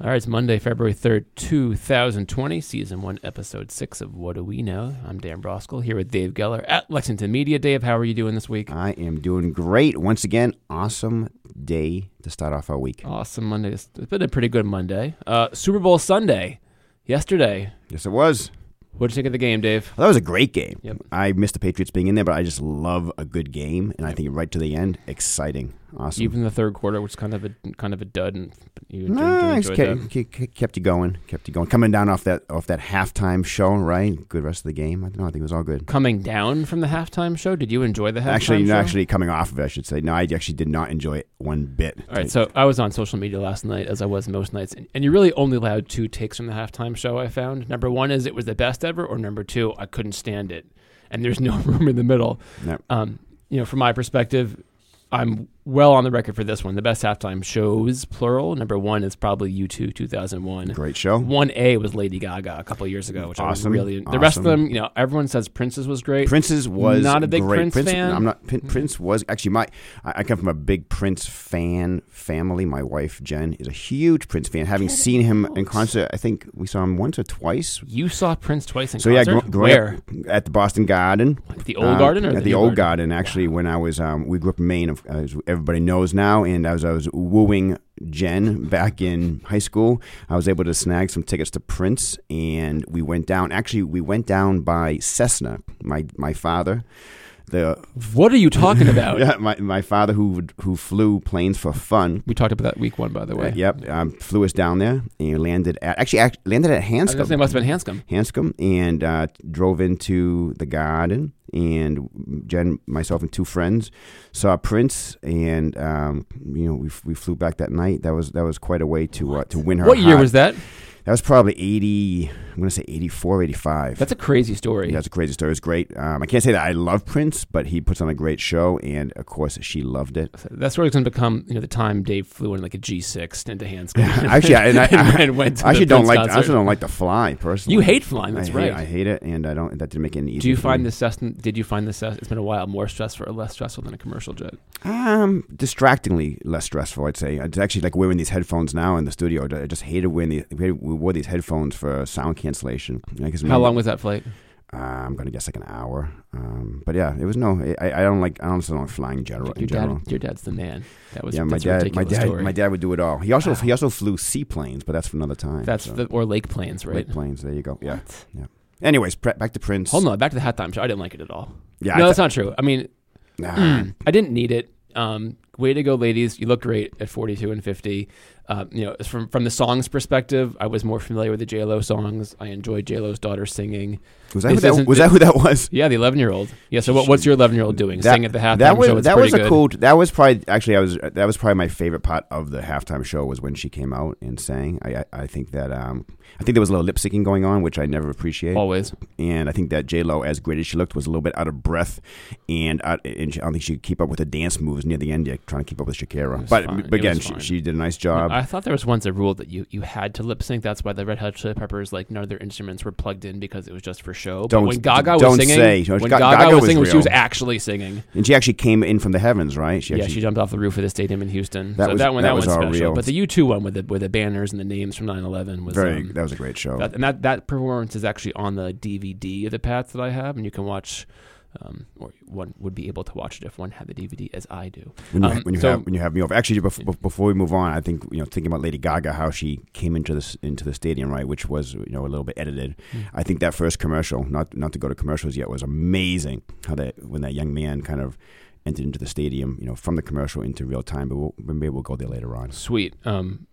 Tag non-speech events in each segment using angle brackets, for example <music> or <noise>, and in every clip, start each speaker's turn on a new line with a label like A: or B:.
A: All right, it's Monday, February 3rd, 2020, season one, episode six of What Do We Know? I'm Dan Broskell here with Dave Geller at Lexington Media. Dave, how are you doing this week?
B: I am doing great. Once again, awesome day to start off our week.
A: Awesome Monday. It's it's been a pretty good Monday. Uh, Super Bowl Sunday, yesterday.
B: Yes, it was.
A: What did you think of the game, Dave?
B: That was a great game.
A: Yep.
B: I missed the Patriots being in there, but I just love a good game, and I think right to the end, exciting, awesome.
A: Even the third quarter was kind of a kind of a dud, and you enjoyed,
B: Nah,
A: enjoyed that.
B: kept, kept, kept you going, kept you going. Coming down off that off that halftime show, right? Good rest of the game. I don't know. I think it was all good.
A: Coming down from the halftime show, did you enjoy the halftime
B: actually,
A: show?
B: no, actually coming off of it, I should say. No, I actually did not enjoy it one bit.
A: All right, so I was on social media last night, as I was most nights, and, and you're really only allowed two takes from the halftime show. I found number one is it was the best ever, or number two, I couldn't stand it, and there's no <laughs> room in the middle.
B: No.
A: Um, you know, from my perspective, I'm well on the record for this one. The best halftime shows, plural. Number one is probably U2 2001.
B: great show.
A: One A was Lady Gaga a couple years ago, which I
B: Awesome,
A: was really. The rest of
B: awesome.
A: them, you know, everyone says Prince's was great.
B: Prince's was
A: Not a big
B: great.
A: Prince fan? Hmm.
B: I'm not. Prin- Prince was actually my. I, I come from a big Prince fan family. My wife Jen is a huge Prince fan. Having seen him in concert, I think we saw him once or twice.
A: you saw Prince twice in
B: So yeah,
A: concert.
B: gr- growing
A: Where?
B: up at the Boston Garden,
A: The old
B: uh,
A: garden or
B: at
A: the,
B: the,
A: new
B: old garden. actually, when I was, um, we grew up in Maine, of- as everybody knows now. And as I was wooing Jen back in high school, I was able to snag some tickets to Prince, and we went down. Actually, we went down by Cessna. My my father, the
A: What are you talking
B: <laughs>
A: about?
B: yeah, my, my father who would- who flew planes for fun.
A: We talked about that week one, by the way.
B: Uh, yep, um, flew us down there and landed at actually act, landed at
A: I was gonna
B: Hanscom.
A: say it must have been Hanscom.
B: Hanscom and uh, drove into the garden. And Jen, myself, and two friends saw Prince, and um, you know we, we flew back that night. That was that was quite a way to uh, to win her.
A: What year
B: heart.
A: was that?
B: that? Was probably eighty. I'm gonna say 84, 85.
A: That's a crazy story.
B: Yeah, it's a crazy story. It's great. Um, I can't say that I love Prince, but he puts on a great show, and of course she loved it.
A: That story's gonna become, you know, the time Dave flew in like a G six into Hanscom.
B: Actually,
A: <laughs>
B: I- and I-
A: and went to the
B: I <laughs> actually don't
A: Prince
B: like. I
A: concert.
B: actually don't like the fly personally.
A: You hate flying. That's
B: I
A: right.
B: Hate, I hate it, and I don't. That didn't make it any easier.
A: Do you
B: for
A: find
B: me.
A: this? Cessna, did you find this? Cessna- It's been a while. More stressful or less stressful than a commercial jet?
B: Um, distractingly less stressful, I'd say. It's actually like wearing these headphones now in the studio. I just hated wearing the we wore these headphones for sound cancellation. Like, 'cause
A: How
B: my-
A: long was that flight?
B: Uh, I'm gonna guess like an hour. Um, but yeah, it was no. I, I don't like. I honestly don't like flying in general.
A: Your
B: in general.
A: dad. Your dad's the man. That was
B: yeah, my
A: that's a
B: dad, my
A: ridiculous
B: dad,
A: story.
B: my dad would do it all. He also
A: Wow.
B: he also flew seaplanes, but that's for another time.
A: that's
B: so.
A: the or lake planes, right?
B: Like planes. There you go. Yeah, yeah. Anyways, pre- back to Prince.
A: Hold on, back to the hat time show. I didn't like it at all.
B: Yeah,
A: no,
B: I
A: that's not true. I mean,
B: th- nah.
A: Mm. I didn't need it. Um, way to go, ladies! You look great at 42 and 50. Um, you know, from from the songs perspective, I was more familiar with the J Lo songs. I enjoyed J Lo's daughter singing.
B: Was that
A: This
B: who that
A: isn't-
B: was? That who that was?
A: Yeah, the 11 year old. Yeah. So what, what's your 11 year old doing?
B: That-
A: Sing at the halftime
B: that was
A: show. It's
B: that
A: pretty
B: was a
A: good.
B: cool. That was probably actually I was that was probably my favorite part of the halftime show was when she came out and sang. I I, I think that um I think there was a little lip syncing going on which I never appreciate,
A: Always.
B: and I think that J Lo as great as she looked was a little bit out of breath, and out, and she, I don't think she could keep up with the dance moves near the end yet, trying to keep up with Shakira.
A: was
B: But,
A: fine.
B: but
A: It was
B: again, she,
A: fine.
B: she did a nice job.
A: I thought there was once a rule that you, you had to lip sync. That's why the Red Hot Chili Peppers like none of their instruments were plugged in because it was just for show.
B: Don't-
A: but when Gaga was
B: don't
A: singing,
B: say.
A: when
B: Ga-
A: Gaga,
B: Gaga
A: was
B: was
A: singing, she
B: real.
A: was actually singing.
B: and she actually came in from the heavens, right? She
A: Yeah,
B: actually
A: she jumped off the roof of the stadium in Houston.
B: That
A: so
B: was-
A: that one, that,
B: that was
A: one's
B: all
A: special.
B: real.
A: But the U two one with the with the banners and the names from 9-11 was
B: very.
A: um,
B: that was a great show.
A: that, and that that performance is actually on the DVD of the Pats that I have, and you can watch. Um, or one would be able to watch it if one had the DVD, as I do.
B: when you,
A: Um,
B: when you
A: so-
B: have when you have me over. Actually, bef- bef- before we move on, I think you know thinking about Lady Gaga, how she came into this into the stadium, right, which was you know a little bit edited.
A: Mm.
B: I think that first commercial, not not to go to commercials yet, was amazing. How that when that young man kind of entered into the stadium, you know, from the commercial into real time. But we'll, maybe we'll go there later on.
A: Sweet. Um,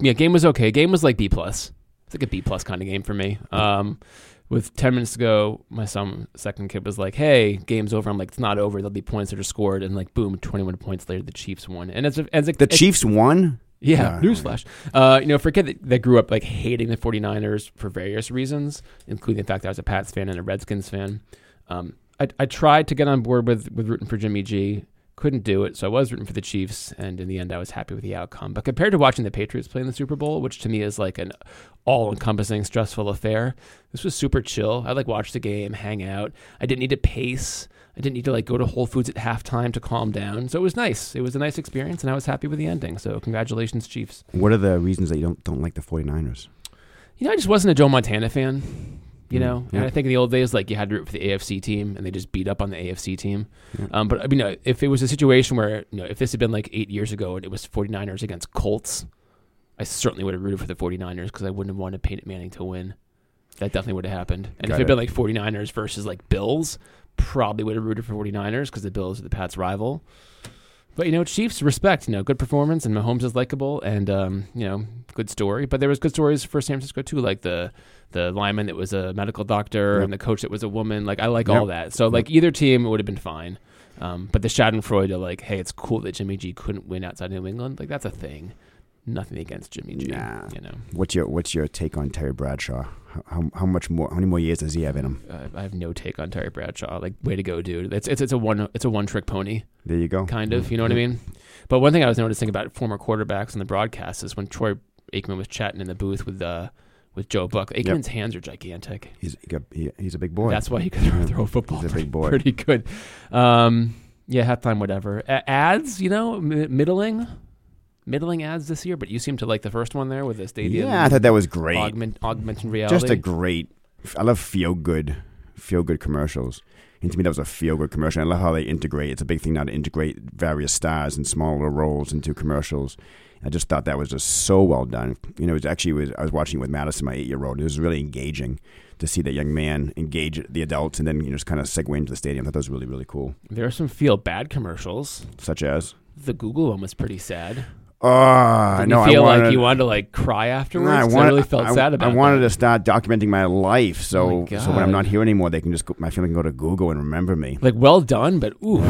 A: yeah, game was okay. Game was like B plus. It's like a B plus kind of game for me. Um, with ten minutes to go, my son, second kid, was like, "Hey, game's over." I'm like, "It's not over. There'll be points that are scored." And like, boom, 21 points later, the Chiefs won. And as a, as a,
B: The
A: as-
B: Chiefs won.
A: Yeah,
B: Yeah.
A: newsflash. Uh, you know, for a kid that, that grew up like hating the 49ers for various reasons, including the fact that I was a Pats fan and a Redskins fan, um, I, I tried to get on board with, with rooting for Jimmy G. Couldn't do it, so I was rooting for the Chiefs, and in the end, I was happy with the outcome. But compared to watching the Patriots play in the Super Bowl, which to me is like an all-encompassing, stressful affair, this was super chill. I like watched the game, hang out. I didn't need to pace. I didn't need to like go to Whole Foods at halftime to calm down. So it was nice. It was a nice experience, and I was happy with the ending. So congratulations, Chiefs.
B: What are the reasons that you don't don't like the 49ers?
A: You know, I just wasn't a Joe Montana fan. You
B: Mm,
A: know,
B: yeah.
A: and I think in the old days, like you had to root for the AFC team, and they just beat up on the AFC team.
B: Yeah.
A: Um, but I mean, uh, if it was a situation where you know, if this had been like eight years ago and it was 49ers against Colts, I certainly would have rooted for the 49ers because I wouldn't have wanted Peyton Manning to win. That definitely would have happened. And
B: Got
A: if it had
B: it.
A: been like 49ers versus like Bills, probably would have rooted for 49ers because the Bills are the Pats' rival. But you know, Chiefs respect. You know, good performance, and Mahomes is likable, and um, you know, good story. But there was good stories for San Francisco too, like the the lineman that was a medical doctor
B: Yep.
A: and the coach that was a woman. Like I like
B: Yep.
A: all that. So like either team would have been fine. Um, but the Schadenfreude, of, like, hey, it's cool that Jimmy G couldn't win outside New England. Like that's a thing. Nothing against Jimmy G.
B: Nah.
A: You know,
B: What's your what's your take on Terry Bradshaw? How, how, how much more? How many more years does he have in him?
A: uh, I have no take on Terry Bradshaw. Like, way to go, dude. It's it's it's a one it's a one trick pony.
B: There you go.
A: kind of. You know what I
B: Mm-hmm.
A: mean? But one thing I was noticing about former quarterbacks on the broadcast is when Troy Aikman was chatting in the booth with uh, with Joe Buck, Aikman's hands are gigantic.
B: He's he got, he, he's a big boy.
A: That's why he could throw, throw a football
B: He's a big boy.
A: pretty good. Um, yeah, halftime, whatever. A- ads, you know, mi middling, middling ads this year. But you seem to like the first one there with the stadium.
B: yeah, I thought that was great.
A: augment, augmented reality.
B: Just a great. I love feel good, feel good commercials. And to me, that was a feel good commercial. I love how they integrate. It's a big thing now to integrate various stars and smaller roles into commercials. I just thought that was just so well done. You know, it was actually it was, I was watching it with Madison, my eight year old. It was really engaging to see that young man engage the adults and then you know just kind of segue into the stadium. I thought that was really really cool.
A: there are some feel bad commercials.
B: Such as,
A: The Google one was pretty sad.
B: oh, I
A: Didn't
B: know
A: you feel
B: I wanted,
A: like you wanted to like cry afterwards.
B: No,
A: 'Cause I,
B: wanted-
A: really felt
B: I-
A: sad about.
B: I wanted
A: that.
B: to start documenting my life,
A: Oh
B: so
A: my
B: so when I'm
A: God.
B: not here anymore, they can just go, my family can go to Google and remember me.
A: like well done, but ooh,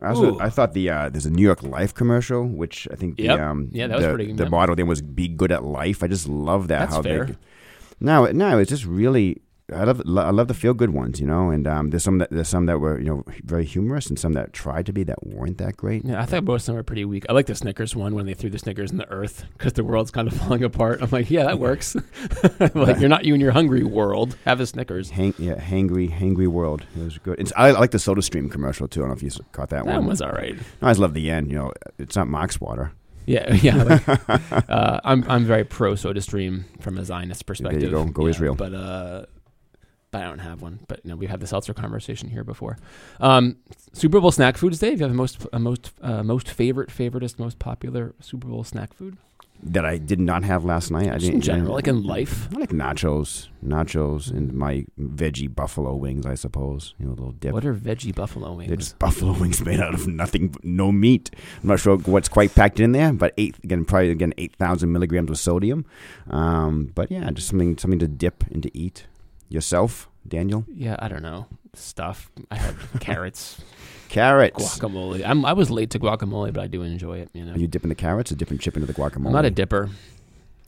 B: I, also,
A: Ooh.
B: I thought the uh, there's a New York Life commercial, which I think the,
A: Yep.
B: um,
A: Yeah, that was
B: the,
A: pretty-
B: the
A: yep.
B: motto then was "Be good at life." I just love that.
A: That's
B: how
A: fair.
B: They, no, no, it's just really. I love lo- I love the feel good ones, you know, and um, there's some that there's some that were you know very humorous and some that tried to be that weren't that great.
A: yeah, I thought both of them were pretty weak. I like the Snickers one when they threw the Snickers in the earth because the world's kind of <laughs> falling apart. I'm like, yeah, that works. <laughs> like you're not you and your hungry world. Have a Snickers.
B: Hang, yeah, hangry, hangry world. It was good. It's, I, I like the Soda Stream commercial too. I don't know if you s- caught that,
A: That
B: one.
A: one was all right.
B: I always love the end. You know, it's not Mox water.
A: Yeah, <laughs> yeah. like, uh, I'm I'm very pro SodaStream from a Zionist perspective.
B: go. Go
A: Yeah,
B: Israel.
A: But uh, but I don't have one. But you know, we've had the seltzer conversation here before. Um, Super Bowl snack foods, Dave. You have a most a most uh, most favorite, favoritist, most popular Super Bowl snack food.
B: that I did not have last night. I
A: Just
B: didn't
A: in general, like in life.
B: I like nachos, nachos, and my veggie buffalo wings. I suppose you know a little dip.
A: What are veggie buffalo wings?
B: They're just buffalo <laughs> wings made out of nothing, but no meat. I'm not sure what's quite packed in there, but eight again, probably again eight thousand milligrams of sodium. Um, but yeah, just something something to dip and to eat yourself, Daniel.
A: Yeah, I don't know. Stuff. I had carrots,
B: Carrots.
A: guacamole. I'm, I was late to guacamole, but I do enjoy it. You know,
B: Are you dipping the carrots or dipping chip into the guacamole?
A: I'm not a dipper.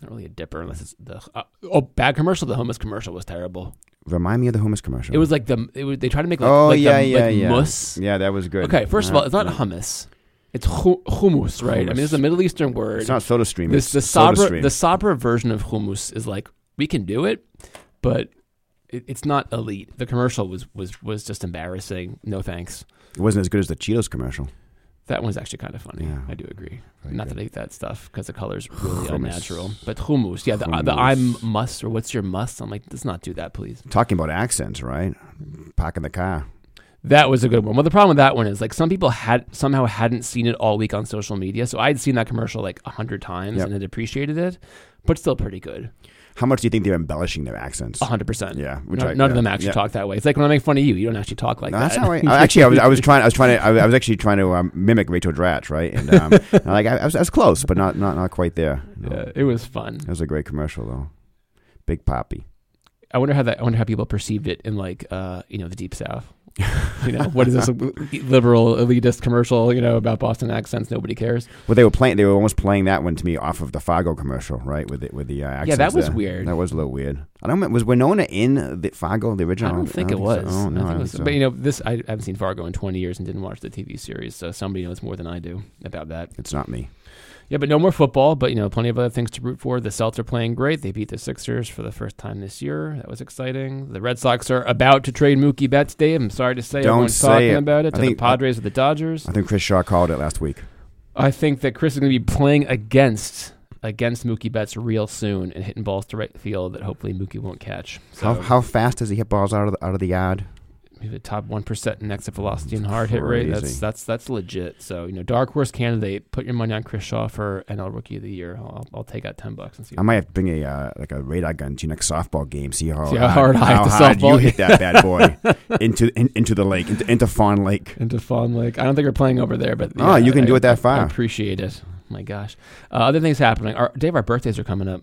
A: Not really a dipper unless it's the uh, oh bad commercial. The hummus commercial was terrible.
B: Remind me of the hummus commercial.
A: It was like the it was, they tried to make like,
B: Oh,
A: like
B: yeah,
A: the,
B: yeah,
A: like
B: yeah.
A: mousse.
B: Yeah, that was good. Uh,
A: Okay, first of all, it's not
B: Yeah.
A: hummus. It's hu- hummus, right? I mean, it's a Middle Eastern word.
B: It's not Soda Stream.
A: this
B: it's
A: the
B: Soda
A: sabra
B: Stream.
A: the sabra version of hummus is like we can do it, but it, it's not elite. The commercial was was was just embarrassing. No thanks.
B: It wasn't as good as the Cheetos commercial.
A: That one's actually kind of funny.
B: Yeah.
A: I do agree.
B: Very
A: Not
B: good.
A: that I eat that stuff because the color's really
B: Hummus.
A: unnatural. But hummus, yeah, the, uh, the
B: Hummus.
A: I'm must or what's your must? I'm like, let's not do that, please.
B: Talking about accents, right? Parking the car.
A: That was a good one. Well, the problem with that one is like some people had somehow hadn't seen it all week on social media, so I'd seen that commercial like a hundred times
B: Yep.
A: and had appreciated it, but still pretty good,
B: How much do you think they're embellishing their accents?
A: a hundred percent.
B: Yeah,
A: Uh, No- none of
B: yeah,
A: them actually
B: yeah.
A: talk that way. It's like when I make fun of you, you don't actually talk like
B: No,
A: that.
B: that's not
A: <laughs>
B: right. I- actually, I was, I was trying. I was trying to. I, I was actually trying to um, mimic Rachel Dratch, right? And
A: <laughs>
B: um, and, like I, I, was, I was close, but not not not quite there. No.
A: yeah, it was fun.
B: That was a great commercial, though. Big Poppy.
A: I wonder how that. I wonder how people perceived it in like uh, you know the deep south. you know what is this liberal elitist commercial? You know about Boston accents. Nobody cares.
B: Well, they were playing. They were almost playing that one to me off of the Fargo commercial, right? With the, with the uh, accents.
A: Yeah, that was
B: there.
A: weird.
B: That was a little weird. I don't. remember- Was Winona in the Fargo, the original?
A: I don't think it
B: so.
A: was.
B: Oh no,
A: I think it was-
B: so.
A: But you know, this I haven't seen Fargo in 20 years and didn't watch the TV series, so somebody knows more than I do about that.
B: it's not me.
A: Yeah, but no more football. But you know, plenty of other things to root for. The Celts are playing great. They beat the Sixers for the first time this year. That was exciting. The Red Sox are about to trade Mookie Betts. Dave, I'm sorry to say,
B: Don't
A: everyone's
B: say
A: talking
B: it.
A: about it.
B: I
A: To the
B: think-
A: Padres or the Dodgers.
B: I think Chris Shaw called it last week.
A: I think that Chris is going to be playing against against Mookie Betts real soon and hitting balls to right field that hopefully Mookie won't catch. So
B: How, how fast does he hit balls out of the, out of the yard?
A: maybe the top one percent in exit velocity and hard hit rate. That's
B: Crazy.
A: that's that's legit. So you know, dark horse candidate. Put your money on Chris Shaw for NL Rookie of the Year. I'll, I'll take out ten bucks and see.
B: I might have to bring a uh, like a radar gun to your next softball game. See how
A: See how hard I hit the softball.
B: you hit that bad boy <laughs> into in, into the lake into, into Fawn Lake.
A: into Fawn Lake. I don't think we're playing over there, but
B: Oh, you can do it that
A: I
B: far.
A: appreciate it. My gosh, uh, other things happening. Our, Dave, our birthdays are coming up.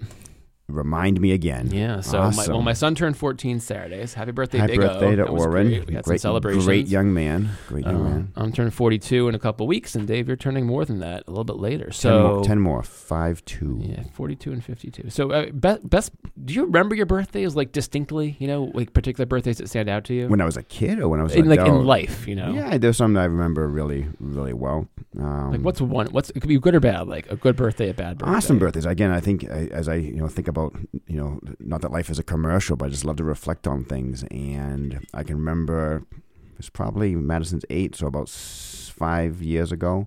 B: Remind me again.
A: Yeah, so my,
B: Awesome.
A: well, my son turned 14 Saturdays. Happy birthday,
B: Happy
A: Big O.
B: birthday to
A: That was
B: Oren.
A: great. We had some
B: great,
A: celebrations.
B: Great young man. Great young
A: Um,
B: man.
A: I'm turning 42 in a couple weeks, and Dave, you're turning more than that a little bit later.
B: Ten
A: So
B: more. Ten more. Five two.
A: Yeah, 42 and 52. So, uh, best, best, do you remember your birthdays like distinctly? You know, like particular birthdays that stand out to you?
B: When I was a kid or when I was an
A: in like in
B: adult?
A: life, you know?
B: Yeah, there's something I remember really, really well. Um,
A: Like, what's one? What's it could be good or bad? Like a good birthday, a bad birthday.
B: awesome birthdays again? I think I, as I you know think about you know not that life is a commercial, but I just love to reflect on things. And I can remember it was probably Madison's eight, so about s- five years ago.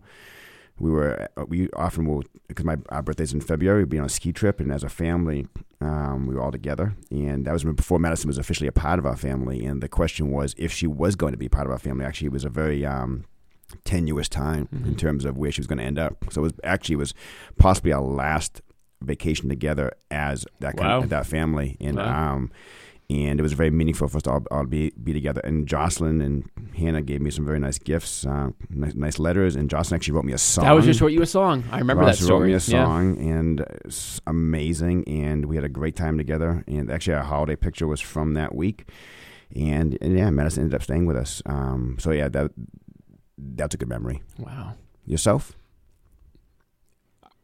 B: We were uh, we often will because my our birthday's in February. We'd be on a ski trip, and as a family, um, we were all together. And that was before Madison was officially a part of our family. And the question was if she was going to be part of our family. Actually, it was a very um, tenuous time in
A: Mhm.
B: terms of where she was going to end up. So it was actually it was possibly our last vacation together as that kind
A: Wow.
B: of, that family. And
A: Wow.
B: um, and it was very meaningful for us to all, all be, be together. And Jocelyn and Hannah gave me some very nice gifts, uh, nice, nice letters. And Jocelyn actually wrote me a song.
A: That was just what you a song. I remember
B: Ross
A: that
B: wrote
A: story.
B: me
A: Yeah.
B: a song, and it's amazing. And we had a great time together. And actually, our holiday picture was from that week. And, and yeah, Madison ended up staying with us. Um, so yeah, that that's a good memory.
A: Wow.
B: Yourself?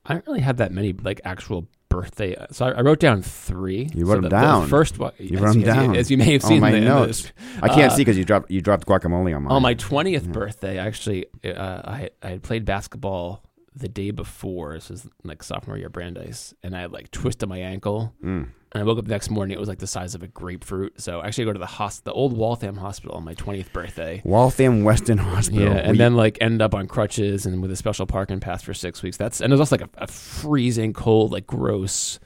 A: I don't really have that many like actual birthday. So I, I wrote down three.
B: You
A: So
B: wrote 'em
A: the-
B: down.
A: The first one.
B: You
A: as-
B: wrote 'em
A: as you-
B: down.
A: As you may have
B: On
A: seen
B: Oh, my
A: in the- in
B: notes.
A: this-
B: I can't
A: Uh,
B: see because you dropped you dropped guacamole on mine.
A: On my twentieth
B: Yeah.
A: birthday, actually, uh, I I had played basketball the day before. This was like sophomore year, Brandeis, and I had like twisted my ankle.
B: Mm.
A: And I woke up the next morning; it was like the size of a grapefruit. So I actually go to the hos- the old Waltham Hospital on my twentieth birthday.
B: Waltham Weston <laughs> Hospital.
A: Yeah,
B: Were you-
A: and then like ended up on crutches and with a special parking pass for six weeks. That's and it was also like a, a freezing cold, like gross,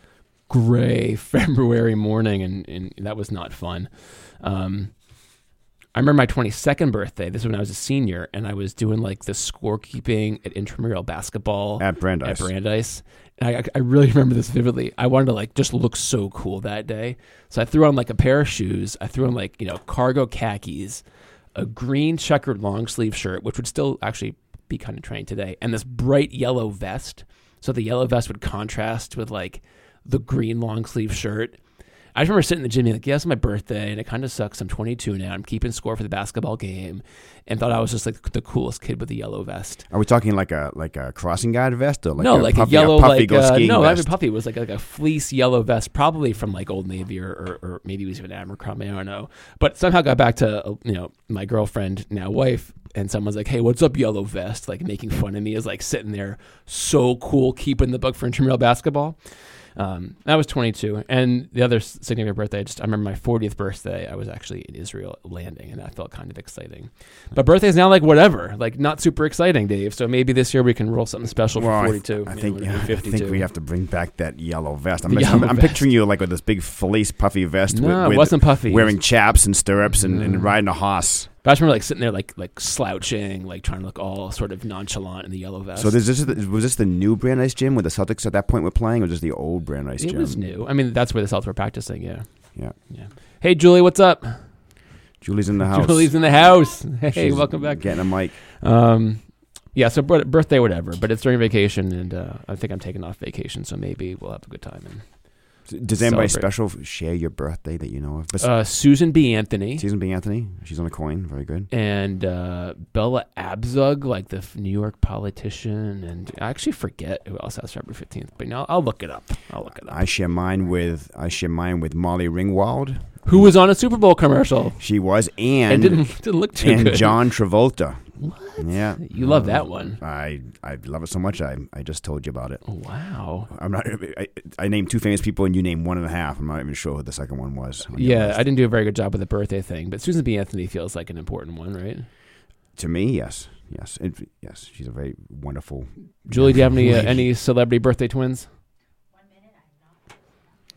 A: gray <laughs> February morning, and, and that was not fun. Um, I remember my 22nd birthday. This is when I was a senior, and I was doing like the scorekeeping at intramural basketball
B: at Brandeis.
A: at Brandeis. And I, I really <laughs> remember this vividly. I wanted to like just look so cool that day. So I threw on like a pair of shoes. I threw on like, you know, cargo khakis, a green checkered long sleeve shirt, which would still actually be kind of trained today, and this bright yellow vest. So the yellow vest would contrast with like the green long sleeve shirt. I just remember sitting in the gym being like, yeah, it's my birthday, and it kind of sucks. I'm 22 now. I'm keeping score for the basketball game, and thought I was just like the coolest kid with the yellow vest
B: Are we talking like a like a crossing guard vest or like
A: no,
B: a
A: like
B: puffy,
A: a yellow,
B: puffy
A: like
B: go
A: uh,
B: skiing
A: no, not
B: vest?
A: even puffy. It was like like a fleece yellow vest, probably from like Old Navy or or, or maybe it was even Abercrombie. I don't know, but somehow got back to uh, you know my girlfriend now wife, and someone's like, "Hey, what's up, yellow vest?" Like making fun of me is like sitting there, so cool, keeping the book for intramural basketball. Um, I was 22, and the other s- significant birthday, I just I remember my 40th birthday. I was actually in Israel landing, and that felt kind of exciting. But birthdays now like whatever, like not super exciting, Dave. So maybe this year we can roll something special
B: Well, I
A: for
B: th-
A: 42.
B: I
A: you know,
B: think
A: when it'll be
B: yeah, I
A: 52.
B: think we have to bring back that
A: <laughs>
B: yellow vest. I'm,
A: The
B: I'm-
A: yellow
B: I'm
A: vest.
B: picturing you like with this big fleece puffy vest
A: No,
B: with,
A: it
B: with
A: wasn't puffy.
B: wearing chaps and stirrups and,
A: Mm.
B: and riding a horse.
A: but I just remember like sitting there, like like slouching, like trying to look all sort of nonchalant in the yellow vest.
B: So this, this is the, was this the new Brandeis gym where the Celtics at that point were playing, or just the old Brandeis
A: it
B: gym?
A: was new. I mean, that's where the Celtics were practicing. Yeah.
B: Yeah.
A: Yeah. Hey, Julie, what's up?
B: Julie's in the
A: <laughs>
B: house.
A: Julie's in the house. Hey,
B: She's
A: welcome back.
B: Getting a mic.
A: Um, yeah. So bir- birthday, whatever, but it's during vacation, and uh, I think I'm taking off vacation, so maybe we'll have a good time. And,
B: Does anybody
A: Celebrate.
B: special share your birthday that you know of? Bes-
A: uh, Susan B. Anthony
B: Season B. Anthony. She's on a coin. Very good.
A: and uh, Bella Abzug, like the f- New York politician, and I actually forget who else has February 15th, but now I'll look it up. I'll look it up.
B: I share mine with I share mine with Molly Ringwald.
A: who was on a Super Bowl commercial
B: She was
A: and, <laughs>
B: and
A: didn't didn't look too
B: and
A: good.
B: John Travolta.
A: What?
B: Yeah,
A: You love that one.
B: I I love it so much. I I just told you about it.
A: Oh, wow.
B: I'm not. I, I named two famous people, and you named one and a half. I'm not even sure who the second one was. on your
A: Yeah,
B: list.
A: I didn't do a very good job with the birthday thing, but Susan B. Anthony feels like an important one, right?
B: to me, yes, yes, it, yes. She's a very wonderful.
A: Julie, do you have any uh,
B: lady.
A: any celebrity birthday twins?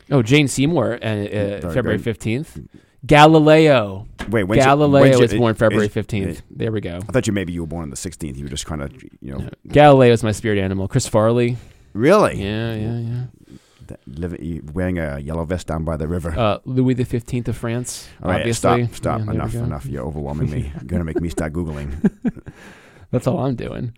A: Oh, Jane Seymour, uh, uh,
B: Very
A: February
B: good.
A: fifteenth. Galileo.
B: Wait, when's your-
A: Galileo
B: when's your-
A: was born February
B: is- Oh,
A: fifteenth. There we go.
B: I thought you maybe you were born on the 16th. You were just kind of, you know,
A: Galileo is my spirit animal. Chris Farley.
B: really
A: Yeah, yeah,
B: <laughs>
A: yeah.
B: That- live- you- wearing a yellow vest down by the river.
A: Uh, Louis the Fifteenth of France.
B: All right,
A: obviously.
B: Oh, stop, stop,
A: Yeah, there we
B: enough,
A: go.
B: enough. You're
A: <laughs>
B: overwhelming me. You're gonna make me start googling.
A: That's all I'm doing.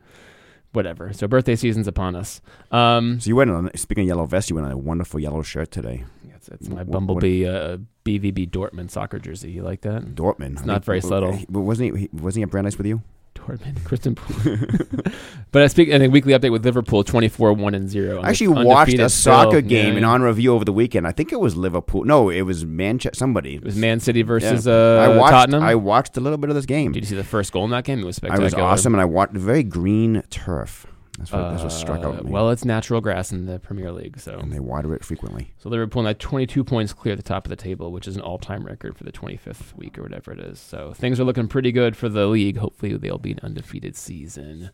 A: Whatever. So birthday season's upon us. Um,
B: So you went on. Speaking of yellow vest, you went on a wonderful yellow shirt today,
A: it's, it's my
B: What- what-
A: bumblebee uh, BVB Dortmund soccer jersey. You like that?
B: Dortmund. I
A: not
B: think-
A: very
B: w-
A: subtle.
B: w- But wasn't he? he- Wasn't he at Brandeis with you?
A: Dortmund, <laughs> Kristen. Poole. <laughs> but I speak and a weekly update with Liverpool 24 1 and 0.
B: I actually watched a
A: Undefeated
B: soccer
A: still.
B: game
A: Yeah.
B: in honor of you over the weekend. I think it was Liverpool. No, it was Manchester. Somebody.
A: It was Man City versus
B: Yeah.
A: uh,
B: I watched.
A: Tottenham.
B: I watched a little bit of this game.
A: Did you see the first goal in that game? It was
B: I
A: spectacular.
B: was awesome, and I watched very green turf. That's what, that's
A: Uh,
B: what struck out. at me.
A: well, it's natural grass in the Premier League, so
B: and they water it frequently.
A: so Liverpool now 22 points clear at the top of the table, which is an all-time record for the 25th week or whatever it is. So things are looking pretty good for the league. Hopefully, they'll be an undefeated season.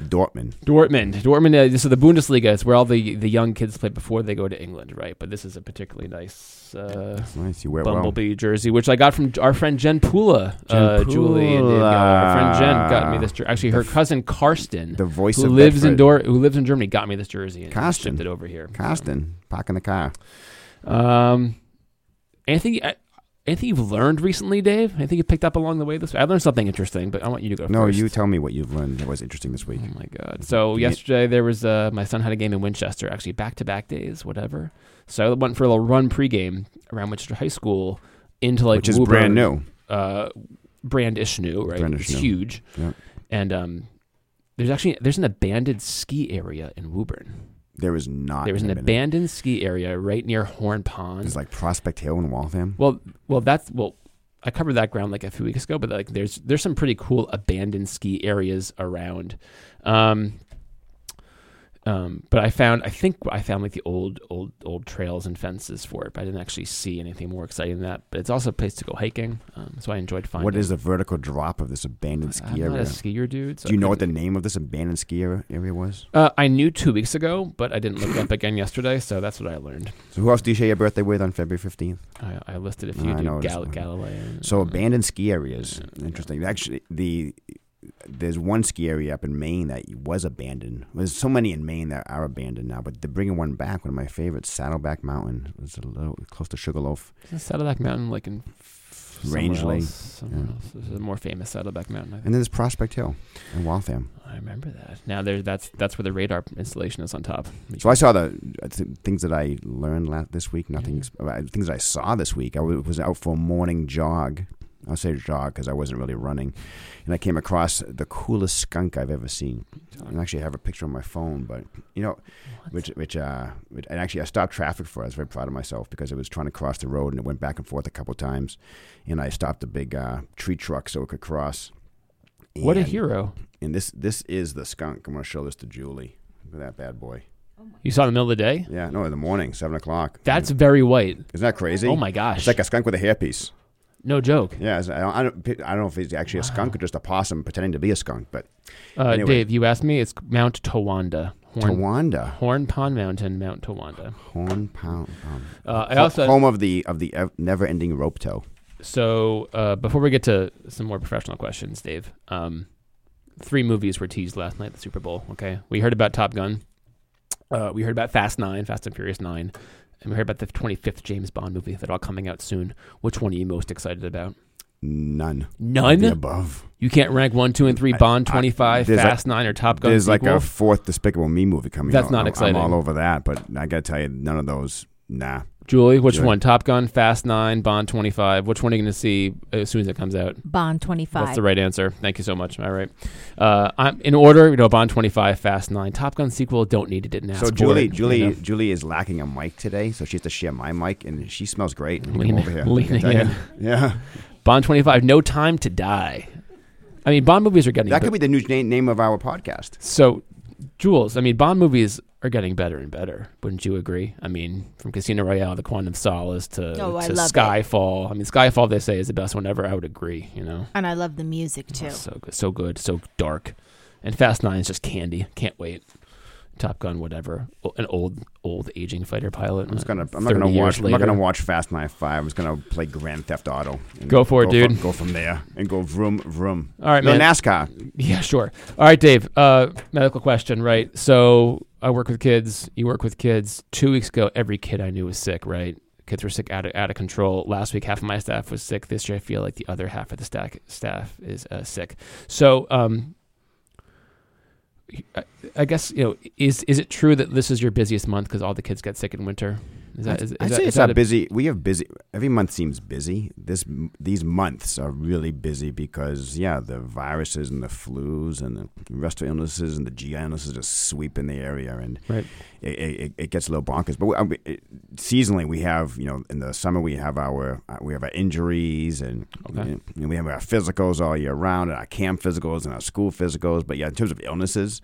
B: Dortmund.
A: Dortmund, Dortmund. Uh, so the Bundesliga is where all the the young kids play before they go to England, right? But this is a particularly nice. Uh,
B: It's nice. You wear it well.
A: Bumblebee jersey, which I got from our friend Jen Pula. uh,
B: Jen
A: Julie, and Dave Gallagher. our friend Jen got me
B: Pula.
A: this jersey. Actually, her cousin Karsten,
B: The voice
A: who
B: of
A: lives in
B: Bedford.
A: Dor- who lives in Germany, got me this jersey and
B: Karsten.
A: shipped it over here.
B: Karsten, packing the car.
A: Um, anything, I- anything you've learned recently, Dave? Anything you picked up along the way this? I learned something interesting, but I want you to go
B: No,
A: first.
B: you tell me what you've learned that was interesting this week.
A: Oh my god! So
B: Yeah.
A: yesterday there was uh, my son had a game in Winchester, actually back to back days, whatever. So I went for a little run pregame around Winchester High School into like
B: Which is
A: Woburn.
B: brand new.
A: uh, brand Ishnu, right?
B: Brand
A: it's
B: Ishnu.
A: huge.
B: Yeah.
A: And um, there's actually there's an abandoned ski area in Woburn.
B: There is not.
A: There was an
B: I've been in.
A: abandoned ski area right near Horn Pond.
B: It's like Prospect Hill and Waltham.
A: well, well, that's well, I covered that ground like a few weeks ago, but like there's there's some pretty cool abandoned ski areas around. Um, um, but I found I think I found like the old old old trails and fences for it, but I didn't actually see anything more exciting than that. But it's also a place to go hiking, um, so I enjoyed finding.
B: What is the vertical drop of this abandoned
A: I'm
B: ski
A: not a
B: area?
A: skier, dude. so
B: Do
A: I
B: you know what the
A: couldn't-
B: name of this abandoned ski area area was?
A: Uh, I knew two weeks ago, but I didn't look it up again yesterday, so that's what I learned.
B: So who else do you share your birthday with on February fifteenth?
A: I, I listed a
B: No,
A: few.
B: I
A: dude.
B: know
A: Gal-
B: this one.
A: Galileo.
B: So abandoned ski areas.
A: Yeah.
B: Interesting. Actually, the there's one ski area up in Maine that was abandoned. There's so many in Maine that are abandoned now, but they're bringing one back. One of my favorites, Saddleback Mountain. It's a little close to Sugarloaf.
A: Isn't Saddleback Mountain like in somewhere
B: Rangeley.
A: else? Somewhere
B: Yeah.
A: else. There's a more famous Saddleback Mountain. I,
B: And then
A: think.
B: there's Prospect Hill and Waltham.
A: I remember that. Now there, that's that's where the radar installation is on top.
B: So I saw the uh, th- things that I learned la this week. Nothing
A: Yeah.
B: ex- uh, things that I saw this week. I w- was out for a morning jog. I'll say jog because I wasn't really running, and I came across the coolest skunk I've ever seen. And actually, I have a picture on my phone, but you know,
A: What?
B: which which uh, which, and actually I stopped traffic for. it. I was very proud of myself because I was trying to cross the road and it went back and forth a couple times, and I stopped a big uh, tree truck so it could cross.
A: What a
B: And-
A: hero!
B: And this this is the skunk. I'm going to show this to Julie. Look at that bad boy.
A: You saw it in the middle of the day.
B: Yeah, no, in the morning, seven o'clock.
A: That's very white.
B: isn't that crazy?
A: Oh my gosh!
B: It's like a skunk with a hairpiece.
A: no joke.
B: Yeah, it's- I don't, I don't, I don't know if he's actually a skunk or just a possum pretending to be a skunk. But
A: Uh,
B: Anyway.
A: Dave, you asked me. It's Mount Towanda. Horn,
B: Tawanda,
A: Horn Pond Mountain, Mount Towanda.
B: horn pound, um,
A: Uh, I
B: ho-
A: also
B: home of the of the ev- never-ending rope toe.
A: So uh, before we get to some more professional questions, Dave, um, three movies were teased last night at the Super Bowl. Okay, we heard about Top Gun, uh, we heard about Fast Nine, Fast and Furious Nine, and we heard about the 25th James Bond movie that are all coming out soon. Which one are you most excited about?
B: None,
A: None.
B: The above.
A: You can't rank one, two, and three.
B: I-
A: Bond
B: I-
A: 25,
B: there's
A: Fast Nine, or Top Gun
B: There's
A: sequel.
B: like a fourth Despicable Me movie coming.
A: That's
B: out.
A: not
B: I'm-
A: exciting.
B: I'm all over that, but I gotta tell you, none of those. Nah,
A: Julie, which
B: Julie.
A: one? Top Gun, Fast Nine, Bond 25. Which one are you going to see as soon as it comes out?
C: Bond 25.
A: That's the right answer. Thank you so much. All right. Uh, I'm in order. You know, Bond 25, Fast 9, Top Gun sequel. Don't need it. Didn't ask
B: so
A: for
B: Julie,
A: it,
B: Julie,
A: you know.
B: Julie is lacking a mic today, so she has to share my mic, and she smells great.
A: Lean-
B: over here, I can
A: leaning
B: tell you.
A: in.
B: Yeah,
A: Bond 25, No Time to Die. I mean, Bond movies are getting
B: That
A: be-
B: could be the new na- name of our podcast.
A: so. Jules, I mean, Bond movies are getting better and better. Wouldn't you agree? I mean, from Casino Royale to Quantum Solace to,
C: Oh, I
A: to
C: love it.
A: Skyfall. I mean, Skyfall they say is the best one ever. I would agree. You know,
C: And I love the music too.
A: so good, so good, so dark, and Fast Nine is just candy. Can't wait. Top Gun, whatever, O- an old old aging fighter pilot.
B: I'm just gonna. I'm not
A: 30
B: gonna
A: years
B: watch. I'm not
A: later.
B: gonna watch Fast Nine Five. I'm just gonna play Grand Theft Auto. and
A: Go for it,
B: from-
A: dude.
B: go from there and go vroom vroom.
A: All right,
B: No
A: man.
B: NASCAR.
A: Yeah, sure. All right, Dave. Uh, medical question, right? So I work with kids. You work with kids. Two weeks ago, every kid I knew was sick, right? Kids were sick out of, out of control. Last week, half of my staff was sick. This year, I feel like the other half of the staff staff is uh, sick. So, um, I, I guess you know is is it true that this is your busiest month because all the kids get sick in winter? Is that is, is
B: I'd
A: that,
B: say
A: is
B: it's
A: that
B: not
A: a-
B: busy. We have busy. Every month seems busy. This m- these months are really busy because yeah, the viruses and the flus and the respiratory illnesses and the GI illnesses just sweep in the area, and
A: Right.
B: it, it, it- it gets a little bonkers. But we, I mean, it, seasonally, we have you know in the summer we have our uh, we have our injuries and,
A: Okay.
B: and we have our physicals all year round and our camp physicals and our school physicals. But yeah, in terms of illnesses,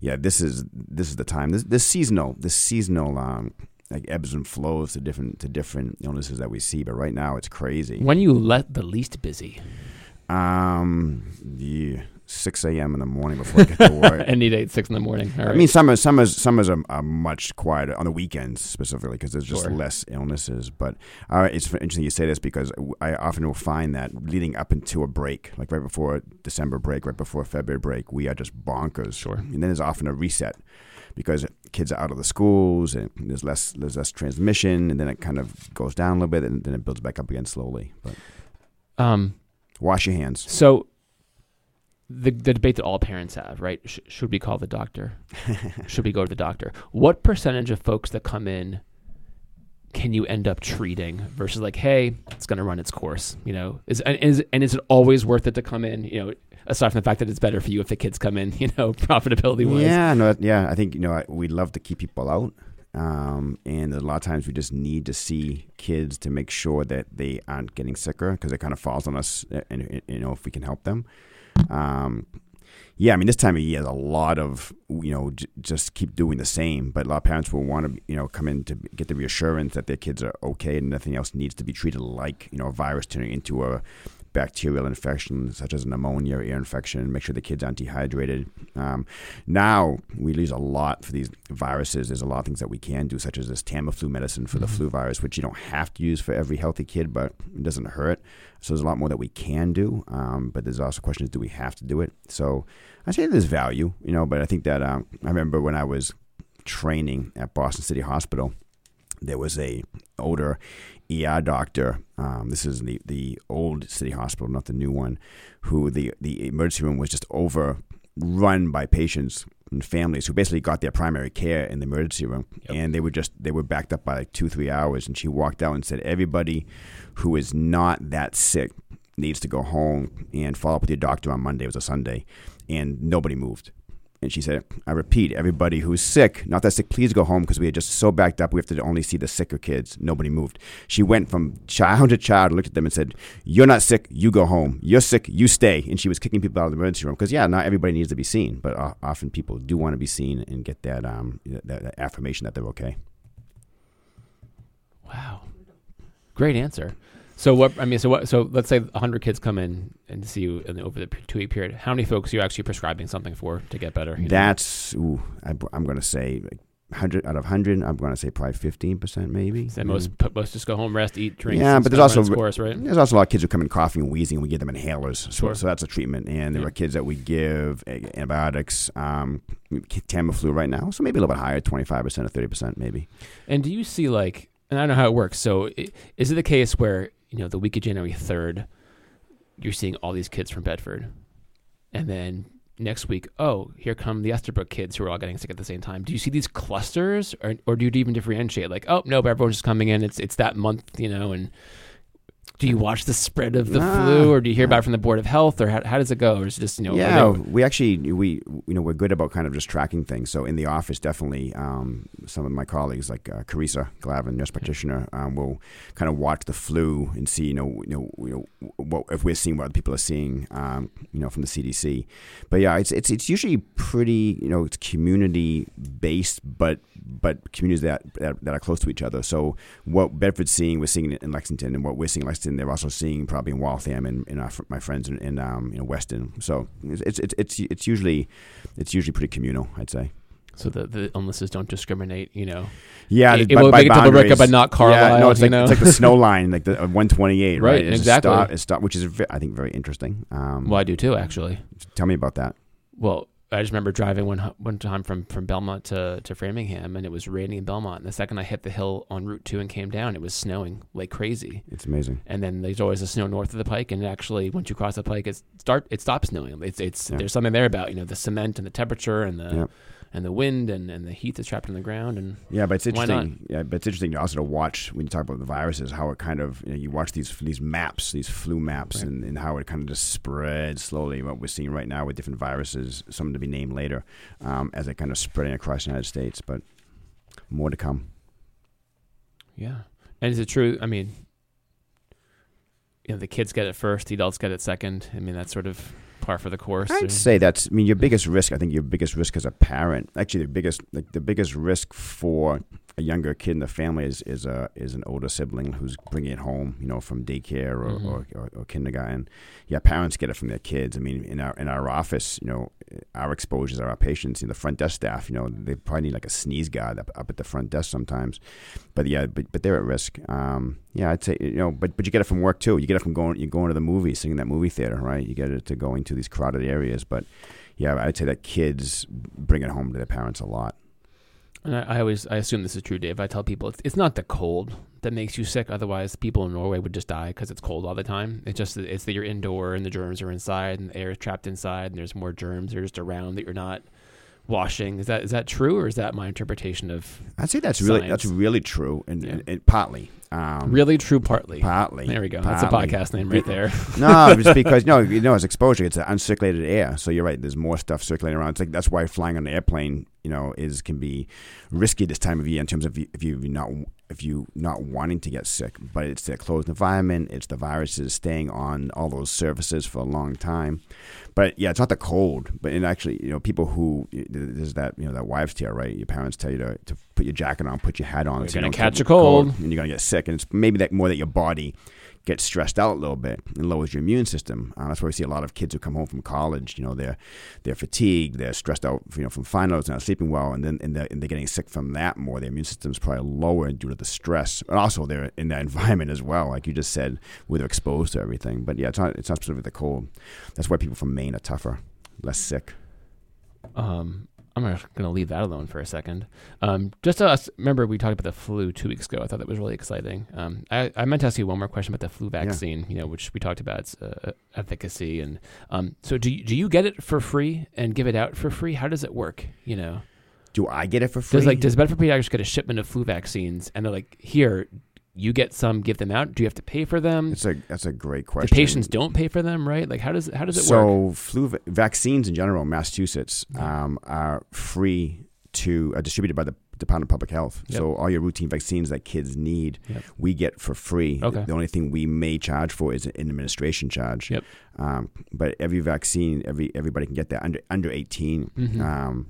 B: yeah, this is this is the time. This this seasonal this seasonal um like ebbs and flows to different to different illnesses that we see. But right now it's crazy.
A: when you let the least busy
B: Um, yeah, six a.m. in the morning before I get to work.
A: <laughs> and need eight six in the morning? All
B: I
A: right.
B: mean, summers, summers, summers are, are much quieter on the weekends specifically because there's just
A: Sure.
B: less illnesses. But uh, it's interesting you say this because I often will find that leading up into a break, like right before December break, right before February break, we are just bonkers.
A: Sure.
B: And then there's often a reset because kids are out of the schools and there's less there's less transmission, and then it kind of goes down a little bit, and then it builds back up again slowly. But
A: um,
B: wash your hands.
A: So, the the debate that all parents have, right? Sh- should we call the doctor? should we go to the doctor? What percentage of folks that come in can you end up treating versus like, hey, it's going to run its course, you know? Is and is and is it always worth it to come in? You know, aside from the fact that it's better for you if the kids come in, <laughs> you know, profitability wise.
B: Yeah, no, that- yeah. I think you know I- we love to keep people out, um, and a lot of times we just need to see kids to make sure that they aren't getting sicker because it kind of falls on us, uh, and, and, you know if we can help them. Um, yeah, I mean this time of year, there's a lot of you know j- just keep doing the same, but a lot of parents will want to you know come in to get the reassurance that their kids are okay and nothing else needs to be treated like you know a virus turning into a bacterial infection such as pneumonia or ear infection. Make sure the kids aren't dehydrated. Um, now we lose a lot for these viruses. There's a lot of things that we can do, such as this Tamiflu medicine for the
A: Mhm.
B: flu virus, which you don't have to use for every healthy kid, but it doesn't hurt. So there's a lot more that we can do. Um, but there's also a question is, do we have to do it? So I say there's value, you know. But I think that um, I remember when I was training at Boston City Hospital, there was a older ER doctor. Um, this is the the old city hospital, not the new one. Who the the emergency room was just over run by patients and families who basically got their primary care in the emergency room
A: Yep.
B: and they were just they were backed up by like two three hours and she walked out and said everybody who is not that sick needs to go home and follow up with your doctor on monday it was a sunday and nobody moved and she said i repeat everybody who's sick not that sick please go home because we are just so backed up we have to only see the sicker kids nobody moved she went from child to child looked at them and said you're not sick, you go home. You're sick, you stay. And she was kicking people out of the emergency room because, yeah, not everybody needs to be seen, but o- often people do want to be seen and get that, um, that, that affirmation that they're okay.
A: Wow. Great answer. So what I mean, so what? So let's say 100 kids come in and see you in the, over the two week period. How many folks are you actually prescribing something for to get better? you know?
B: That's, ooh, I, am going to say like 100 out of 100, I'm going to say probably 15% maybe.
A: Is that most p- most just go home, rest, eat, drink.
B: Mm-hmm. Yeah,
A: it's
B: but there's
A: gonna
B: also-
A: run its course, right?
B: Mm-hmm. There's also a lot of kids who come in coughing and wheezing, and we give them inhalers. So,
A: Sure.
B: so that's a treatment. And there
A: Yeah.
B: are kids that we give eh, antibiotics, um, Tamiflu right now. So maybe a little bit higher, 25% or 30% maybe.
A: And do you see like, and I don't know how it works. So i- is it the case where you know the week of January third, you're seeing all these kids from Bedford, and then next week, oh, here come the Esterbrook kids who are all getting sick at the same time. Do you see these clusters, or or do you even differentiate? Like, oh no, but everyone's just coming in. It's it's that month, you know, and do you watch the spread of the
B: Nah.
A: flu, or do you hear about it from the board of health, or how, how does it go, or is it just you know?
B: yeah,
A: are they-
B: we actually we you know we're good about kind of just tracking things. So in the office, definitely um, some of my colleagues like uh, Carissa Glavin, nurse practitioner, um, will kind of watch the flu and see you know you know, you know what, if we're seeing what other people are seeing um, you know from the CDC. But yeah, it's it's it's usually pretty you know it's community based, but but communities that, that that are close to each other. So what Bedford's seeing, we're seeing it in Lexington, and what we're seeing in Lexington, they're also seeing probably in Waltham and, and our, fr- my friends in, in um, you know Weston. So it's it's it's it's usually it's usually pretty communal, I'd say.
A: so the, the illnesses don't discriminate, you know.
B: Yeah,
A: it,
B: there's
A: it
B: by-
A: will
B: by
A: make it to Billerica,
B: boundaries.
A: but not Carlisle.
B: Yeah, no, it's
A: you
B: like
A: know?
B: it's like
A: <laughs>
B: the snow line, like the 128, right?
A: Right,
B: It's a
A: exactly.
B: stop- it's stop- which is ve- I think very interesting. Um,
A: well, I do too, actually.
B: tell me about that.
A: Well, I just remember driving one hu- one time from, from Belmont to, to Framingham, and it was raining in Belmont. And the second I hit the hill on Route Two and came down, it was snowing like crazy.
B: It's amazing.
A: And then there's always the snow north of the pike, and it actually once you cross the pike, it start it stops snowing. It's it's
B: Yeah.
A: there's something there about you know the cement and the temperature and the
B: Yeah.
A: and the wind and, and the heat that's trapped in the ground and
B: Yeah, but it's
A: Why
B: interesting. Yeah, but it's interesting also to watch when you talk about the viruses, how it kind of you, know, you watch these these maps, these flu maps,
A: Right.
B: and, and how it kind of just spreads slowly. What we're seeing right now with different viruses, some to be named later, um, as they're kind of spreading across the United States. But more to come.
A: Yeah. And is it true? I mean, you know, the kids get it first, the adults get it second. I mean, that's sort of par for the course.
B: I'd say that's. I mean, your biggest risk. I think your biggest risk as a parent, actually, the biggest like the biggest risk for a younger kid in the family is is a is an older sibling who's bringing it home, you know, from daycare or,
A: Mhm.
B: or, or, or kindergarten. Yeah, parents get it from their kids. I mean, in our in our office, you know, our exposures are our patients. You know, the front desk staff, you know, they probably need like a sneeze guard up, up at the front desk sometimes but yeah, but, but they're at risk. Um, yeah, I'd say you know, but but you get it from work too. You get it from going you going to the movies, seeing that movie theater, right? You get it to going to these crowded areas. But yeah, I'd say that kids bring it home to their parents a lot.
A: And I, I always, I assume this is true, Dave. I tell people it's, it's not the cold that makes you sick. Otherwise, people in Norway would just die because it's cold all the time. It's just that it's that you're indoor and the germs are inside and the air is trapped inside and there's more germs that are just around that you're not washing. Is that is that true or is that my interpretation of
B: I'd say that's really
A: Science.
B: that's really true, and,
A: Yeah.
B: and, and partly um,
A: really true? Partly.
B: partly.
A: There we go. That's a
B: partly.
A: podcast name right there.
B: <laughs> no, it's because no, you know, it's exposure. It's uncirculated air. So you're right. There's more stuff circulating around. It's like that's why flying on an airplane, you know, is can be risky this time of year in terms of you- if you not if you not wanting to get sick. But it's the closed environment. It's the viruses staying on all those surfaces for a long time. But yeah, it's not the cold. But and actually, you know, people who there's that you know that wives' tale, right? Your parents tell you to, to put your jacket on, put your hat on.
A: You're
B: you
A: gonna
B: don't
A: catch
B: get
A: a cold.
B: and you're gonna get sick. And it's maybe that more that your body gets stressed out a little bit and lowers your immune system. Uh, that's why we see a lot of kids who come home from college. You know, they're they're fatigued, they're stressed out, you know, from finals, not sleeping well, and then and they're, and they're getting sick from that more. Their immune system's probably lower due to the stress, and also they're in that <laughs> environment as well, like you just said, where they're exposed to everything. But yeah, it's not it's not specifically the cold. That's why people from Maine are tougher, less sick.
A: Um, I'm going to leave that alone for a second. Um, just us, remember we talked about the flu two weeks ago. I thought that was really exciting. Um, I, I meant to ask you one more question about the flu vaccine, you know, which we talked about its uh, efficacy and um. So do you, do you get it for free and give it out for free? How does it work? You know,
B: Do I get it for free?
A: does like does Bedford Pediatrics get a shipment of flu vaccines and they're like here, you get some, give them out. Do you have to pay for them?
B: It's a that's a great
A: The
B: question.
A: patients don't pay for them, right? Like how does how does it
B: so
A: work? Mm-hmm.
B: flu va- vaccines in general, Massachusetts,
A: Yeah.
B: um, are free to are distributed by the Department of Public Health.
A: Yep.
B: So all your routine vaccines that kids need,
A: Yep.
B: we get for free.
A: Okay.
B: The only thing we may charge for is an administration charge.
A: Yep.
B: Um, but every vaccine, every everybody can get that under under 18
A: Mhm.
B: um,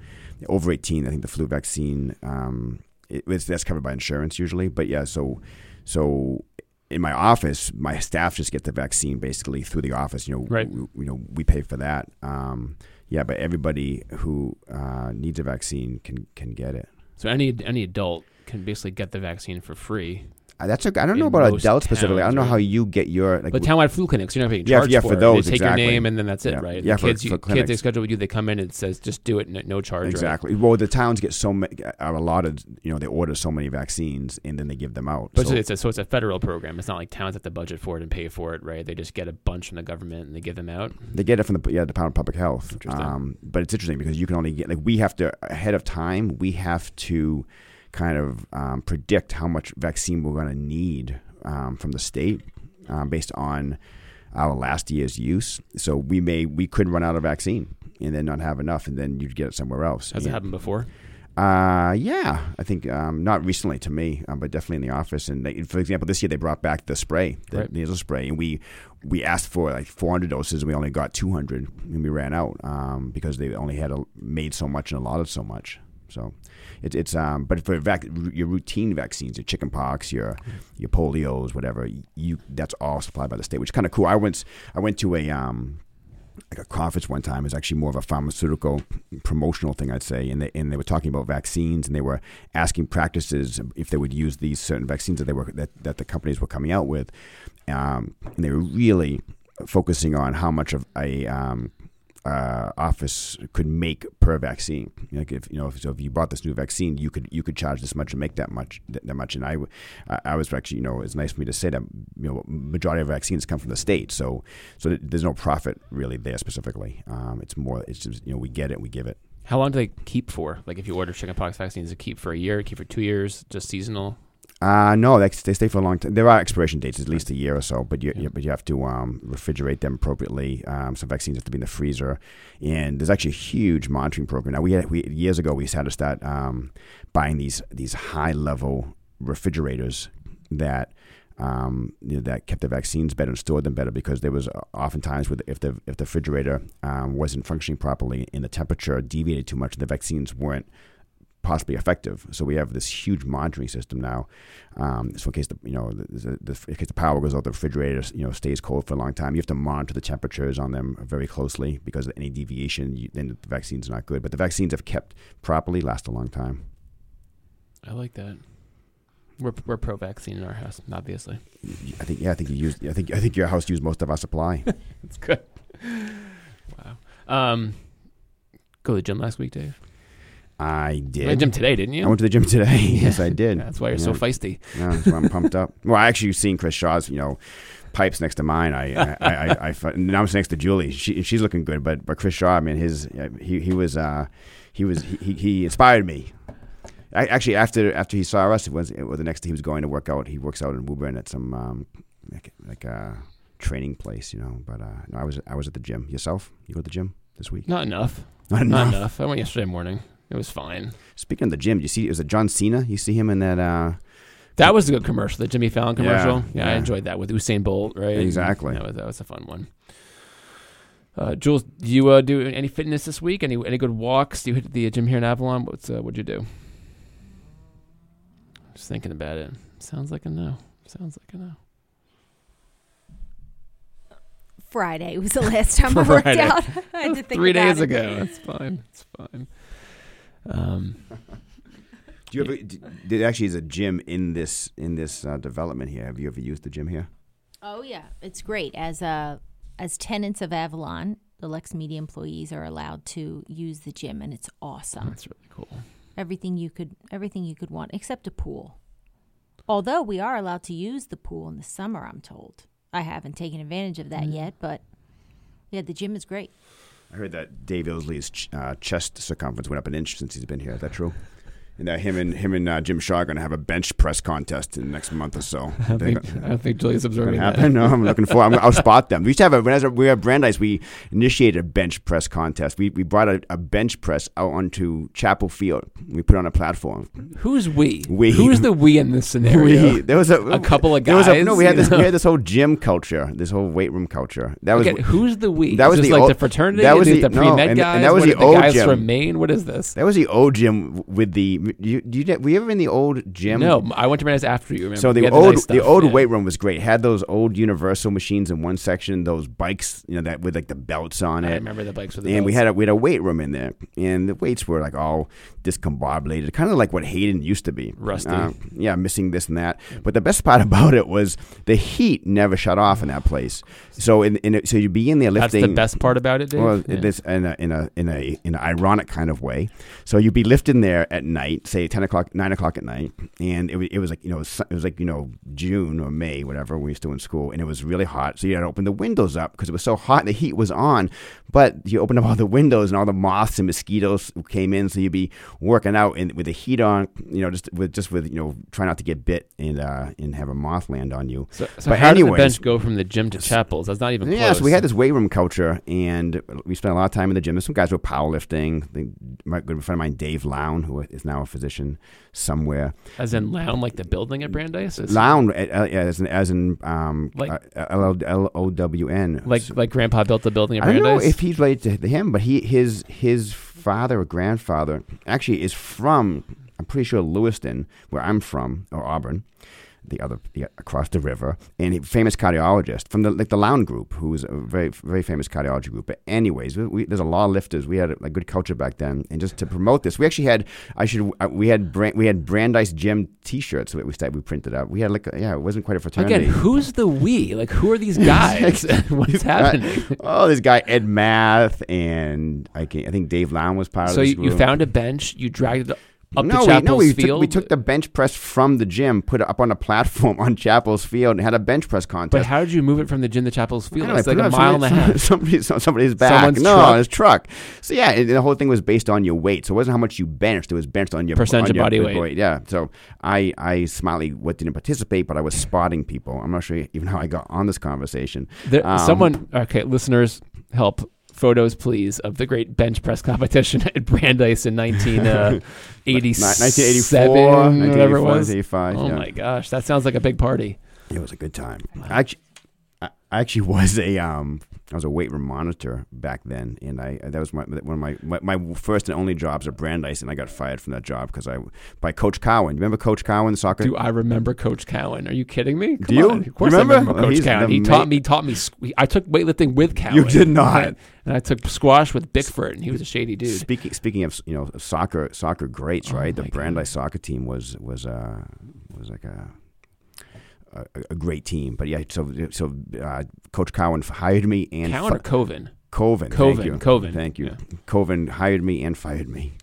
B: over 18 i think the flu vaccine um, it, it's, that's covered by insurance usually but yeah so so in my office my staff just get the vaccine basically through the office you know
A: Right.
B: we, you know we pay for that um, yeah but everybody who uh, needs a vaccine can can get it
A: So any any adult can basically get the vaccine for free.
B: Uh, that's okay. I don't
A: In
B: know about
A: most
B: adults specifically. I don't know
A: towns,
B: how you get your like.
A: but townwide flu clinics, you're not being
B: Yeah,
A: charged
B: yeah,
A: for,
B: for
A: it.
B: those,
A: They take
B: exactly.
A: your name and then that's it,
B: Yeah.
A: right?
B: Yeah,
A: The
B: for-
A: kids, you-
B: for
A: kids they
B: clinics.
A: schedule with you, they come in and it says just do it, no, no charge. right?
B: exactly. Well, the towns get so many are allotted. You know, they order so many vaccines and then they give them out.
A: But
B: So-
A: it's a, so it's a federal program. It's not like towns have to budget for it and pay for it, right? They just get a bunch from the government and they give them out.
B: They get it from the yeah Department of Public Health.
A: Interesting.
B: Um, but it's interesting because you can only get like we have to ahead of time. We have to kind of um, predict how much vaccine we're going to need um, from the state. um, based on our last year's use. So we may we could run out of vaccine and then not have enough, and then you'd get it somewhere else.
A: Has it
B: And-
A: happened before?
B: uh, yeah, I think um, not recently to me, um, but definitely in the office. And they, for example, this year they brought back the spray, the
A: Right.
B: nasal spray, and we we asked for like 400 doses, and we only got 200, and we ran out um, because they only had a, made so much and allotted so much. So it's it's um, but for vac- your routine vaccines, your chicken pox, your your polio's, whatever, you that's all supplied by the state, which is kind of cool. I went I went to a um, like a conference one time. It was actually more of a pharmaceutical promotional thing, I'd say. And they, and they were talking about vaccines, and they were asking practices if they would use these certain vaccines that they were that, that the companies were coming out with. Um, and they were really focusing on how much of a um, uh, office could make per vaccine. Like if you know, if, so if you bought this new vaccine, you could you could charge this much and make that much that, that much. And I, w- I- I was actually you know, it's nice for me to say that you know, majority of vaccines come from the state, so so th- there's no profit really there specifically. Um, it's more it's just you know we get it, we give it.
A: How long do they keep for? Like if you order chickenpox vaccines, they keep for a year, keep for two years, just seasonal.
B: Uh, no, they, they stay for a long time. There are expiration dates, at least a year or so, but you,
A: Yeah.
B: you- but you have to um, refrigerate them appropriately. Um, some vaccines have to be in the freezer, and there's actually a huge monitoring program. Now we had we, years ago we had to start um, buying these these high level refrigerators that. Um, you know, that kept the vaccines better and stored them better because there was uh, oftentimes with if the if the refrigerator um, wasn't functioning properly and the temperature deviated too much, the vaccines weren't possibly effective. So we have this huge monitoring system now. Um, so in case the you know the, the, the, in case the power goes out, the refrigerator you know stays cold for a long time. You have to monitor the temperatures on them very closely because of any deviation, you, then the vaccine's not good. But the vaccines, if kept properly, last a long time.
A: I like that. We're, we're pro vaccine in our house, obviously. <laughs>
B: I think yeah, I think you use I think I think your house used most of
A: <laughs>
B: our supply.
A: It's good. wow. Um, go to the gym last week, Dave.
B: I
A: You went to the
B: did.
A: gym today, didn't you?
B: I went to the
A: <laughs>
B: gym today. yes, I did.
A: That's why you're so
B: Yeah.
A: feisty.
B: No, that's why I'm pumped up. Well, I actually seen Chris Shaw's, you know, pipes next to mine. I, I, I, I, I fu- now I'm next to Julie. She, she's looking good, but but Chris Shaw, I mean, his he he was uh, he was he, he- he inspired me. I, actually, after after he saw us, it was, it was the next day he was going to work out. He works out in Woburn at some um, like like a training place, you know. But uh, no, I was I was at the gym. Yourself, you go to the gym this week? <laughs>
A: Not enough.
B: Not
A: Not
B: enough.
A: enough. I went yesterday morning. It was fine.
B: Speaking of the gym, you see, is it John Cena? You see him in that? Uh,
A: That was a good commercial, the Jimmy Fallon
B: Yeah,
A: commercial. Yeah, I
B: yeah.
A: enjoyed that with Usain Bolt, right?
B: Exactly.
A: That was, that was a fun one. Uh, Jules, do you uh, do any fitness this week? Any any good walks? Do you hit the gym here in Avalon? What's uh, what'd you do? Just thinking about it. Sounds like a no. Sounds like a no.
C: Friday was the last
A: <laughs>
C: time I worked
A: Friday.
C: out. <laughs>
A: <laughs>
C: I had to think
A: Three
C: about
A: days
C: it.
A: ago. It's fine. It's fine. Um,
B: Do you ever? d- There actually is a gym in this in this uh, development here. Have you ever used the gym here?
C: Oh yeah, it's great. As uh, as tenants of Avalon, the Lex Media employees are allowed to use the gym, and it's awesome.
A: that's really cool.
C: Everything you could, everything you could want, except a pool. Although we are allowed to use the pool in the summer, I'm told. I haven't taken advantage of
A: Mm.
C: that yet, but yeah, the gym is great.
B: I heard that Dave Ilsley's ch- uh, chest circumference went up an inch since he's been here. Is that true? And that him and him and uh, Jim Shaw are going to have a bench press contest in the next month or so.
A: I don't think, I don't think Julie's
B: going
A: observing
B: to
A: that.
B: happen. No, I'm looking for. I'm, I'll spot them. We used to have a when I was at- we were at Brandeis. We initiated a bench press contest. We, we brought a, a bench press out onto Chapel Field. We put it on a platform.
A: Who's we?
B: We.
A: Who's the we in this scenario?
B: <laughs> We, there was a,
A: A couple of
B: there
A: guys.
B: was a- no, we had
A: you
B: this.
A: know?
B: We had this whole gym culture, this whole weight room culture. That was
A: Okay, who's the we?
B: that
A: Is
B: was
A: this
B: the
A: like
B: old-
A: the fraternity.
B: that was
A: Is it
B: the-
A: the pre-med
B: no, and-
A: guys.
B: and that was
A: What are
B: the old
A: guys
B: gym.
A: from Maine. What is this?
B: that was the old gym with the. You, you, did- were you ever in the old gym?
A: No, I went to Brandeis after you. Remember?
B: So the
A: We had
B: old
A: nice
B: the
A: stuff,
B: old
A: yeah.
B: weight room was great. Had those old universal machines in one section, those bikes, you know, that with like the belts on
A: I
B: it.
A: remember the bikes with the
B: And we
A: belts.
B: had a we had a weight room in there, and the weights were like all discombobulated, kind of like what Hayden used to be.
A: Rusty.
B: Uh, yeah, missing this and that. But the best <laughs> part about it was the heat never shut off in that place. So in, in it, so you'd be in there
A: That's
B: lifting.
A: the best part about it, Dave.
B: Well,
A: Yeah.
B: this in a, in a in a in an ironic kind of way. So you'd be lifting there at night, eight, say ten o'clock, nine o'clock at night, and it, wa- it was like you know su- it was like you know June or May, whatever we were still in school, and it was really hot. So you had to open the windows up because it was so hot and the heat was on. But you opened up all the windows and all the moths and mosquitoes came in, so you'd be working out and with the heat on, you know, just with just with you know try not to get bit and uh, and have a moth land on you.
A: So, so
B: But
A: how
B: anyways-
A: does the bench go from the gym to chapels? That's not even
B: Yeah,
A: close.
B: so we had this weight room culture, and we spent a lot of time in the gym. There's some guys who were powerlifting. They, my good friend of mine, Dave Lown, who is now a physician somewhere.
A: as in Lown, like the building at Brandeis. It's
B: Lown, uh, uh, as in, as in um,
A: Like-
B: uh, L O W N.
A: like like Grandpa built the building at
B: I don't
A: Brandeis.
B: know if he's related to him, but he his his father or grandfather actually is from. I'm pretty sure Lewiston, where I'm from, or Auburn, the other the, across the river, and a famous cardiologist from the like the Lown Group, who is a very very famous cardiology group. But anyways, we, we, there's a lot of lifters. We had a, good culture back then, and just to promote this, we actually had I should uh, we had brand, we had Brandeis Gym T-shirts that we started, we printed out. We had like a- yeah, it wasn't quite a fraternity.
A: Again, who's the we? Like, who are
B: <laughs>
A: these guys? <laughs> What's happening?
B: oh, this guy Ed Math and I can I think Dave Lown was part
A: So
B: of this
A: you, you
B: group.
A: found a bench, you dragged it up to
B: no, we,
A: Chapel's
B: no, we took,
A: field.
B: we took the bench press from the gym, put it up on a platform on Chapel's Field, and had a bench press
A: but
B: contest.
A: how did you move it from the gym to Chapel's
B: I
A: field?
B: don't know,
A: It's
B: I
A: like
B: put it
A: a
B: on
A: mile and a half.
B: <laughs> somebody's- somebody's, somebody's back.
A: Someone's
B: no,
A: truck.
B: his truck. So yeah, and the whole thing was based on your weight. So it wasn't how much you benched; it was benched on your
A: Percentage
B: on
A: of
B: your
A: body
B: big
A: weight.
B: Yeah. So I, I smartly, what didn't participate, but I was spotting people. I'm not sure even how I got on this conversation.
A: There,
B: <laughs> Um,
A: someone, okay, listeners, help. Photos, please, of the great bench press competition <laughs> at Brandeis in
B: <laughs>
A: 1987,
B: 1984,
A: whatever it
B: 1984,
A: was.
B: 1985,
A: Oh
B: yeah.
A: my gosh, that sounds like a big party.
B: It was a good time. I actually, I I actually <laughs> was a um, I was a weight room monitor back then, and I that was my one of my, my my first and only jobs at Brandeis, and I got fired from that job because I by Coach Cowan. You remember Coach Cowan, the soccer?
A: Do I remember Coach Cowan? Are you kidding me? Come
B: Do you?
A: on. Of course
B: Remember?
A: I remember
B: Oh,
A: Coach
B: he's
A: Cowan.
B: the
A: He taught
B: ma-
A: me taught me sque- I took weightlifting with Cowan.
B: You did not.
A: And I took squash with Bickford and he was a shady dude.
B: Speaking speaking of you know soccer soccer greats,
A: Oh
B: right? The
A: my
B: Brandeis soccer team was was uh, was like a. A, a great team, but yeah. So, so uh, Coach Cowan hired me and
A: Cowan or Coven?
B: Coven.
A: Coven,
B: thank you.
A: Coven,
B: Thank you.
A: yeah.
B: Coven hired me and fired me.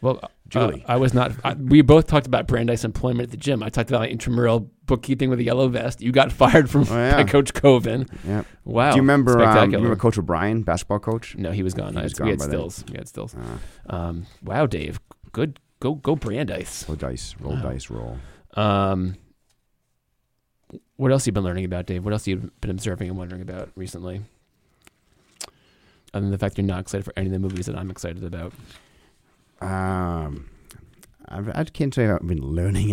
A: Well, uh,
B: Julie.
A: I was not. I, we both talked about Brandeis employment at the gym. I talked about my intramural bookkeeping with a yellow vest. You got <laughs> fired from
B: Oh, yeah.
A: by Coach Coven.
B: Yeah.
A: Wow.
B: Do you remember? Um, you
A: Spectacular.
B: remember Coach O'Brien, basketball coach?
A: no, he was gone.
B: He
A: I
B: was
A: we
B: gone
A: had
B: by then.
A: stills. We had stills.
B: Uh,
A: Um, wow, Dave. Good. Go go Brandeis.
B: roll dice, roll
A: Wow.
B: dice, roll.
A: Um, what else you been learning about, Dave? What else you been observing and wondering about recently? Other than the fact you're not excited for any of the movies that I'm excited about.
B: Um, I, I can't say I've been learning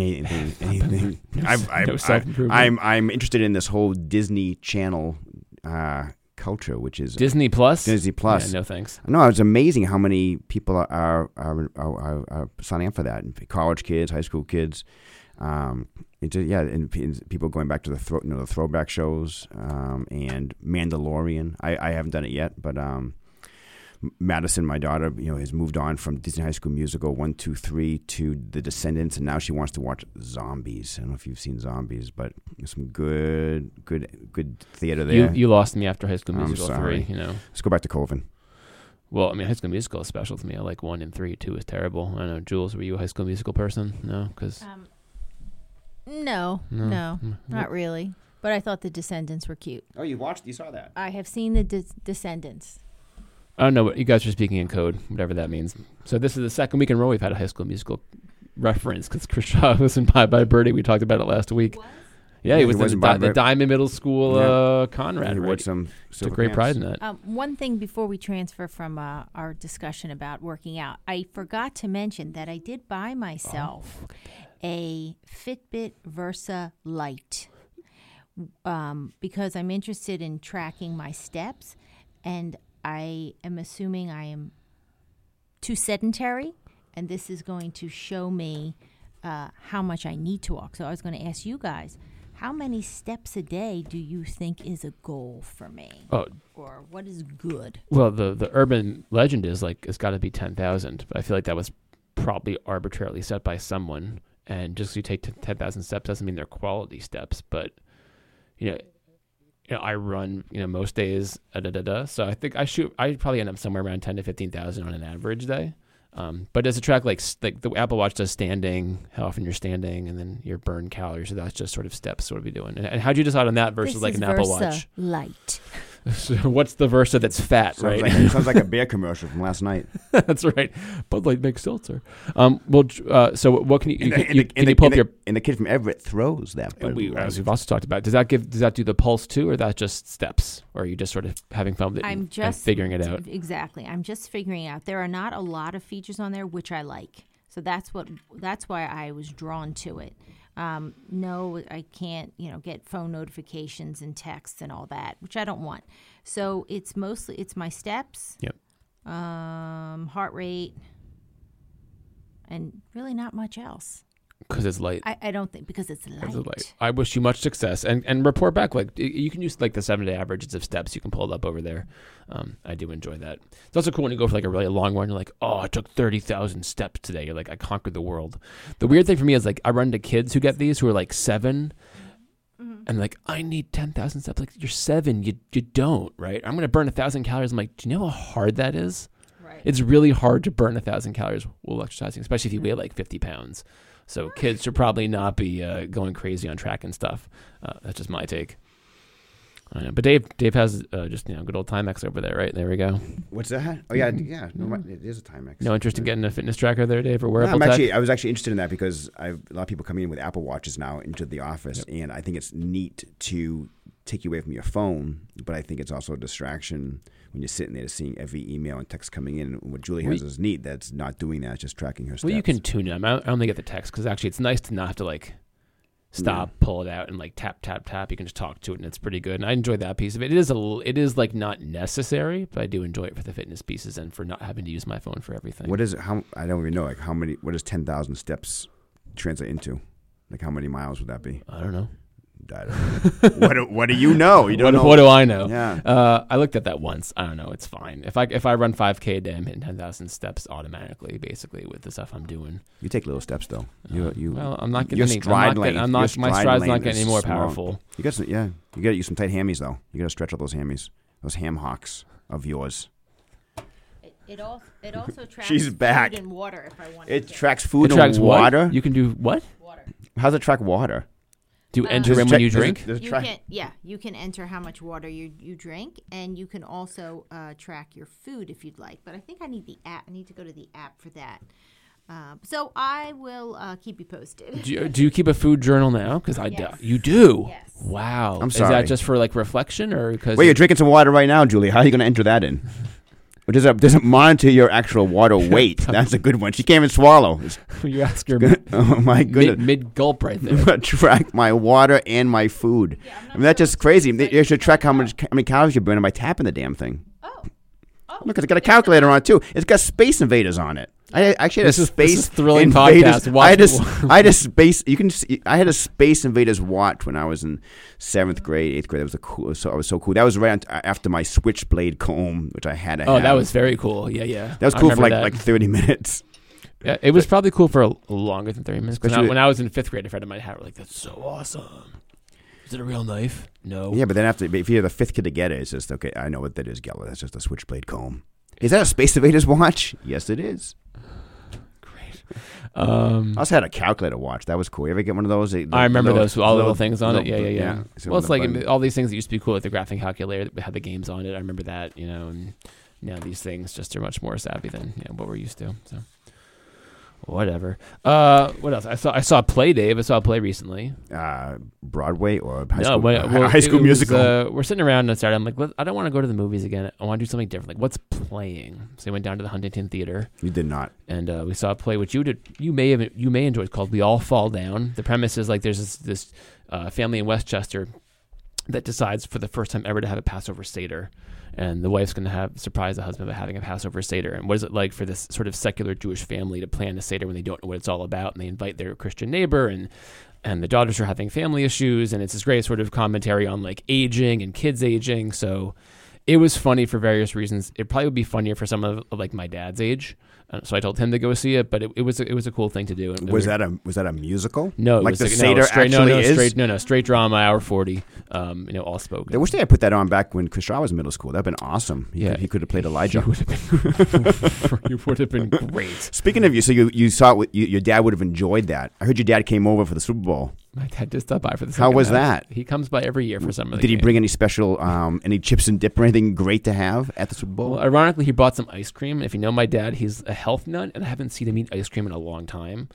A: <laughs>
B: anything. anything. I've, I've,
A: no
B: I,
A: self-improvement.
B: I'm I'm interested in this whole Disney Channel uh, culture, which is
A: Disney Plus.
B: Disney Plus.
A: Yeah, no thanks.
B: No, it's amazing how many people are are, are, are, are signing up for that. College kids, high school kids. Um, it just, yeah, and, p- and people going back to the throw, you know the throwback shows um, and Mandalorian. I, I haven't done it yet, but um, M- Madison, my daughter, you know, has moved on from Disney High School Musical one, two, three to The Descendants, and now she wants to watch Zombies. I don't know if you've seen Zombies, but there's some good, good, good theater there.
A: You you lost me after High School
B: I'm
A: Musical
B: sorry.
A: three. You know.
B: Let's go back to Colvin.
A: Well, I mean, High School Musical is special to me. I like one and three. Two is terrible. I don't know. Jules, were you a High School Musical person? No, because
C: Um, no,
A: No. Mm,
C: no, not really. But I thought the Descendants were cute.
B: Oh, you watched, you saw that.
C: I have seen the Des- Descendants.
A: I don't know. what You guys are speaking in code, whatever that means. So this is the second week in a row we've had a High School Musical reference because Chris Shaw was in Bye Bye Birdie. We talked about it last week. Yeah,
B: Yeah,
A: he
B: he
A: was,
B: was
A: in
B: in
A: the,
B: Bye
A: Di- the
B: Bye-
A: Diamond Middle School
B: Yeah.
A: uh, Conrad.
B: And
A: Right?
B: what's some
A: Took
B: silver
A: great pride
B: pants.
A: in that.
C: Um, one thing before we transfer from uh, our discussion about working out, I forgot to mention that I did buy myself a Fitbit Versa Lite um, because I'm interested in tracking my steps, and I am assuming I am too sedentary, and this is going to show me uh, how much I need to walk. So I was going to ask you guys. How many steps a day do you think is a goal for me?
A: Oh,
C: or what is good.
A: well, the the urban legend is like it's got to be ten thousand, but I feel like that was probably arbitrarily set by someone. And just 'cause you take t- ten thousand steps doesn't mean they're quality steps, but you know, you know, I run you know most days, uh, da da da. So I think I shoot. I probably end up somewhere around ten to fifteen thousand on an average day. Um, but does it track like s- like the Apple Watch does standing, how often you're standing, and then your burn calories? So that's just sort of steps. What are we doing? And, and how'd you decide on that versus
C: This
A: like
C: is
A: an Apple
C: Versa
A: Watch? <laughs>
C: Light.
A: so what's the Versa that's fat,
B: Sounds,
A: right?
B: like, sounds like a beer commercial from last night.
A: that's right. Bud Light makes seltzer. Um, well, uh, so what can <laughs> you, you,
B: And the-
A: you-
B: and the-
A: can you pull
B: and
A: up
B: the-
A: your?
B: and the kid from Everett throws that. Bud
A: We, as
B: Light.
A: we've also talked about, does that give does that do the pulse too, or that just steps, or are you just sort of having fun with it
C: I'm
A: and, and
C: just
A: figuring it out?
C: Exactly. I'm just figuring out. There are not a lot of features on there which I like. So that's what that's why I was drawn to it. Um, no, I can't, you know, get phone notifications and texts and all that, which I don't want. So it's mostly it's my steps,
A: Yep.
C: um, heart rate, and really not much else.
A: Because it's light.
C: I, I don't think because it's light.
A: As of late. I wish you much success and, and report back. Like y- you can use like the seven day averages of steps. You can pull it up over there. Um, I do enjoy that. It's also cool when you go for like a really long run. You're like, oh, I took thirty thousand steps today. You're like, I conquered the world. The weird thing for me is like I run to kids who get these who are like 7 and like I need ten thousand steps. Like you're seven, you you don't right. I'm gonna burn a thousand calories. I'm like, do you know how hard that is?
C: Right.
A: It's really hard to burn a thousand calories while exercising, especially if you weigh like 50 pounds. So kids should probably not be uh, going crazy on track and stuff. Uh, that's just my take. I know, but Dave, Dave has uh, just you know good old Timex over there, right? There we go.
B: What's that? Oh yeah, yeah. No, my- it is a Timex.
A: Mm-hmm. No interest in
B: Yeah.
A: getting a fitness tracker there, Dave, or
B: No,
A: wearable
B: I'm
A: tech.
B: actually, I was actually interested in that because I've, a lot of people come in with Apple Watches now into the office, and I think it's neat to take you away from your phone, but I think it's also a distraction when you're sitting there seeing every email and text coming in. And what Julie has is neat. That's not doing that; it's just tracking her steps.
A: well, you can tune them. I I only get the text because actually it's nice to not have to like stop, pull it out, and like tap, tap, tap. You can just talk to it, and it's pretty good. And I enjoy that piece of it. It is a, l- it is like not necessary, but I do enjoy it for the fitness pieces and for not having to use my phone for everything.
B: What is it? How I don't even know. Like how many? What does ten thousand steps translate into? Like how many miles would that be?
A: I don't know.
B: I don't know. <laughs> what, do, what do you know? You don't
A: what,
B: know.
A: what do I know?
B: yeah.
A: Uh, I looked at that once. I don't know. It's fine. If I if I run 5K a day, I'm hitting 10,000 steps automatically, basically with the stuff I'm doing.
B: You take little steps though. You you
A: Uh, Well, I'm not getting
B: Your
A: any.
B: stride
A: I'm not, getting-
B: length-
A: I'm not
B: your
A: my
B: stride
A: stride's not
B: length
A: getting
B: is
A: any more
B: small.
A: powerful.
B: You got some, yeah. You got to use some tight hammies though. You got to stretch out those hammies, those ham hocks of yours.
C: It, it, al- it
B: <laughs>
C: also tracks
B: She's back.
C: food and water if I want
B: It
C: to.
B: tracks food
A: it tracks
B: and
A: what?
B: water.
A: You can do what?
C: water.
B: How's it track water?
A: Do you
C: Um,
A: enter
B: Does it
A: in
B: track-
A: when you
B: does it-
A: drink?
B: does it
C: You
B: track-
C: can, yeah, you can enter how much water you, you drink, and you can also uh, track your food if you'd like. But I think I need the app. I need to go to the app for that. Um, so I will uh, keep you posted.
A: Do you, do you keep a food journal now? Because I
C: Yes.
A: do. You do.
C: Yes.
A: Wow.
B: I'm
A: Is that
B: sorry.
A: just for like reflection or because?
B: Wait, you're drinking some water right now, Julie. How are you going to enter that in? Or Does it, does it monitor your
A: <laughs>
B: actual water weight? That's a good one. She can't even swallow. <laughs> It's-
A: <laughs> you ask your
B: oh my
A: mid,
B: goodness.
A: mid gulp right
B: <laughs>
A: there.
B: track my water and my food. I mean, that's just crazy. They, they should track how much how many calories you're burning by tapping the damn thing.
C: Oh,
B: Look, it's got a calculator on it too. It's got Space Invaders on it. I actually had
A: This
B: a
A: is-
B: Space
A: this is thrilling
B: invaders.
A: podcast. Watch-
B: <laughs> I had a, s- I had a space. You can. See, I had a Space Invaders watch when I was in seventh grade, eighth grade. That was a cool. So I was so cool. That was right on t- after my Switchblade comb, which I had. To
A: Oh,
B: have.
A: that was very cool. Yeah, yeah.
B: that was
A: I
B: cool for
A: remember
B: like
A: that.
B: like thirty <laughs> minutes.
A: Yeah, it was probably cool for a, longer than thirty minutes. 'cause When I,
B: Especially-
A: when I was in fifth grade, a friend of mine had it, like, "That's so awesome." Is it a real knife? No.
B: Yeah, but then after, if you're the fifth kid to get it, it's just okay. I know what that is, Geller. That's just a Switchblade comb. Is that a Space Invaders watch? Yes, it is.
A: Great. Um,
B: I also had a calculator watch. That was cool. You ever get one of those?
A: I remember those with all the little things on it. Yeah, yeah, yeah.
B: So
A: Well, it's
B: the
A: like
B: button-
A: all these things that used to be cool, like the graphing calculator that had the games on it. I remember that, you know. And now these things just are much more savvy than you know, what we're used to. So, whatever. Uh, what else? I saw I saw Play Dave. I saw Play recently.
B: uh, Broadway or high school,
A: well,
B: uh,
A: well,
B: high
A: it
B: school
A: was,
B: musical.
A: uh, we're sitting around on Saturday. I'm like, "Let- I don't want to go to the movies again. I want to do something different. Like, what's playing? So we went down to the Huntington Theater
B: you did not.
A: and uh, we saw a play which you did you may have you may enjoy. It's called We All Fall Down. The premise is like there's this, this uh, family in Westchester that decides for the first time ever to have a Passover seder, and the wife's going to have surprise the husband by having a Passover seder. And what is it like for this sort of secular Jewish family to plan a seder when they don't know what it's all about, and they invite their Christian neighbor and and the daughters are having family issues, and it's this great sort of commentary on like aging and kids aging. So it was funny for various reasons. It probably would be funnier for some of, of like my dad's age Uh, so I told him to go see it, but it, it was a, it was a cool thing to do. And- and
B: Was
A: we-
B: that a was that a musical?
A: no? it
B: like
A: was
B: the
A: like,
B: Seder
A: no, straight, no,
B: actually
A: no,
B: is.
A: straight, no, no, straight drama, hour forty. Um, you know, all spoken.
B: I wish they had put that on back when Chris Shaw was in middle school. That'd been awesome. He
A: Yeah.
B: could, he could have played Elijah.
A: <laughs> He would have
B: <laughs>
A: been, <laughs> you would have been great.
B: Speaking of you, so you, you saw it. With, you, your dad would have enjoyed that. I heard your dad came over for the Super Bowl.
A: My dad just stopped by for the.
B: How
A: second
B: was
A: half.
B: that?
A: He comes by every year for some of the
B: Did he
A: games.
B: bring any special, um, any chips and dip or anything great to have at the Super Bowl?
A: Well, ironically, he bought some ice cream. If you know my dad, he's a health nut, and I haven't seen him eat ice cream in a long time.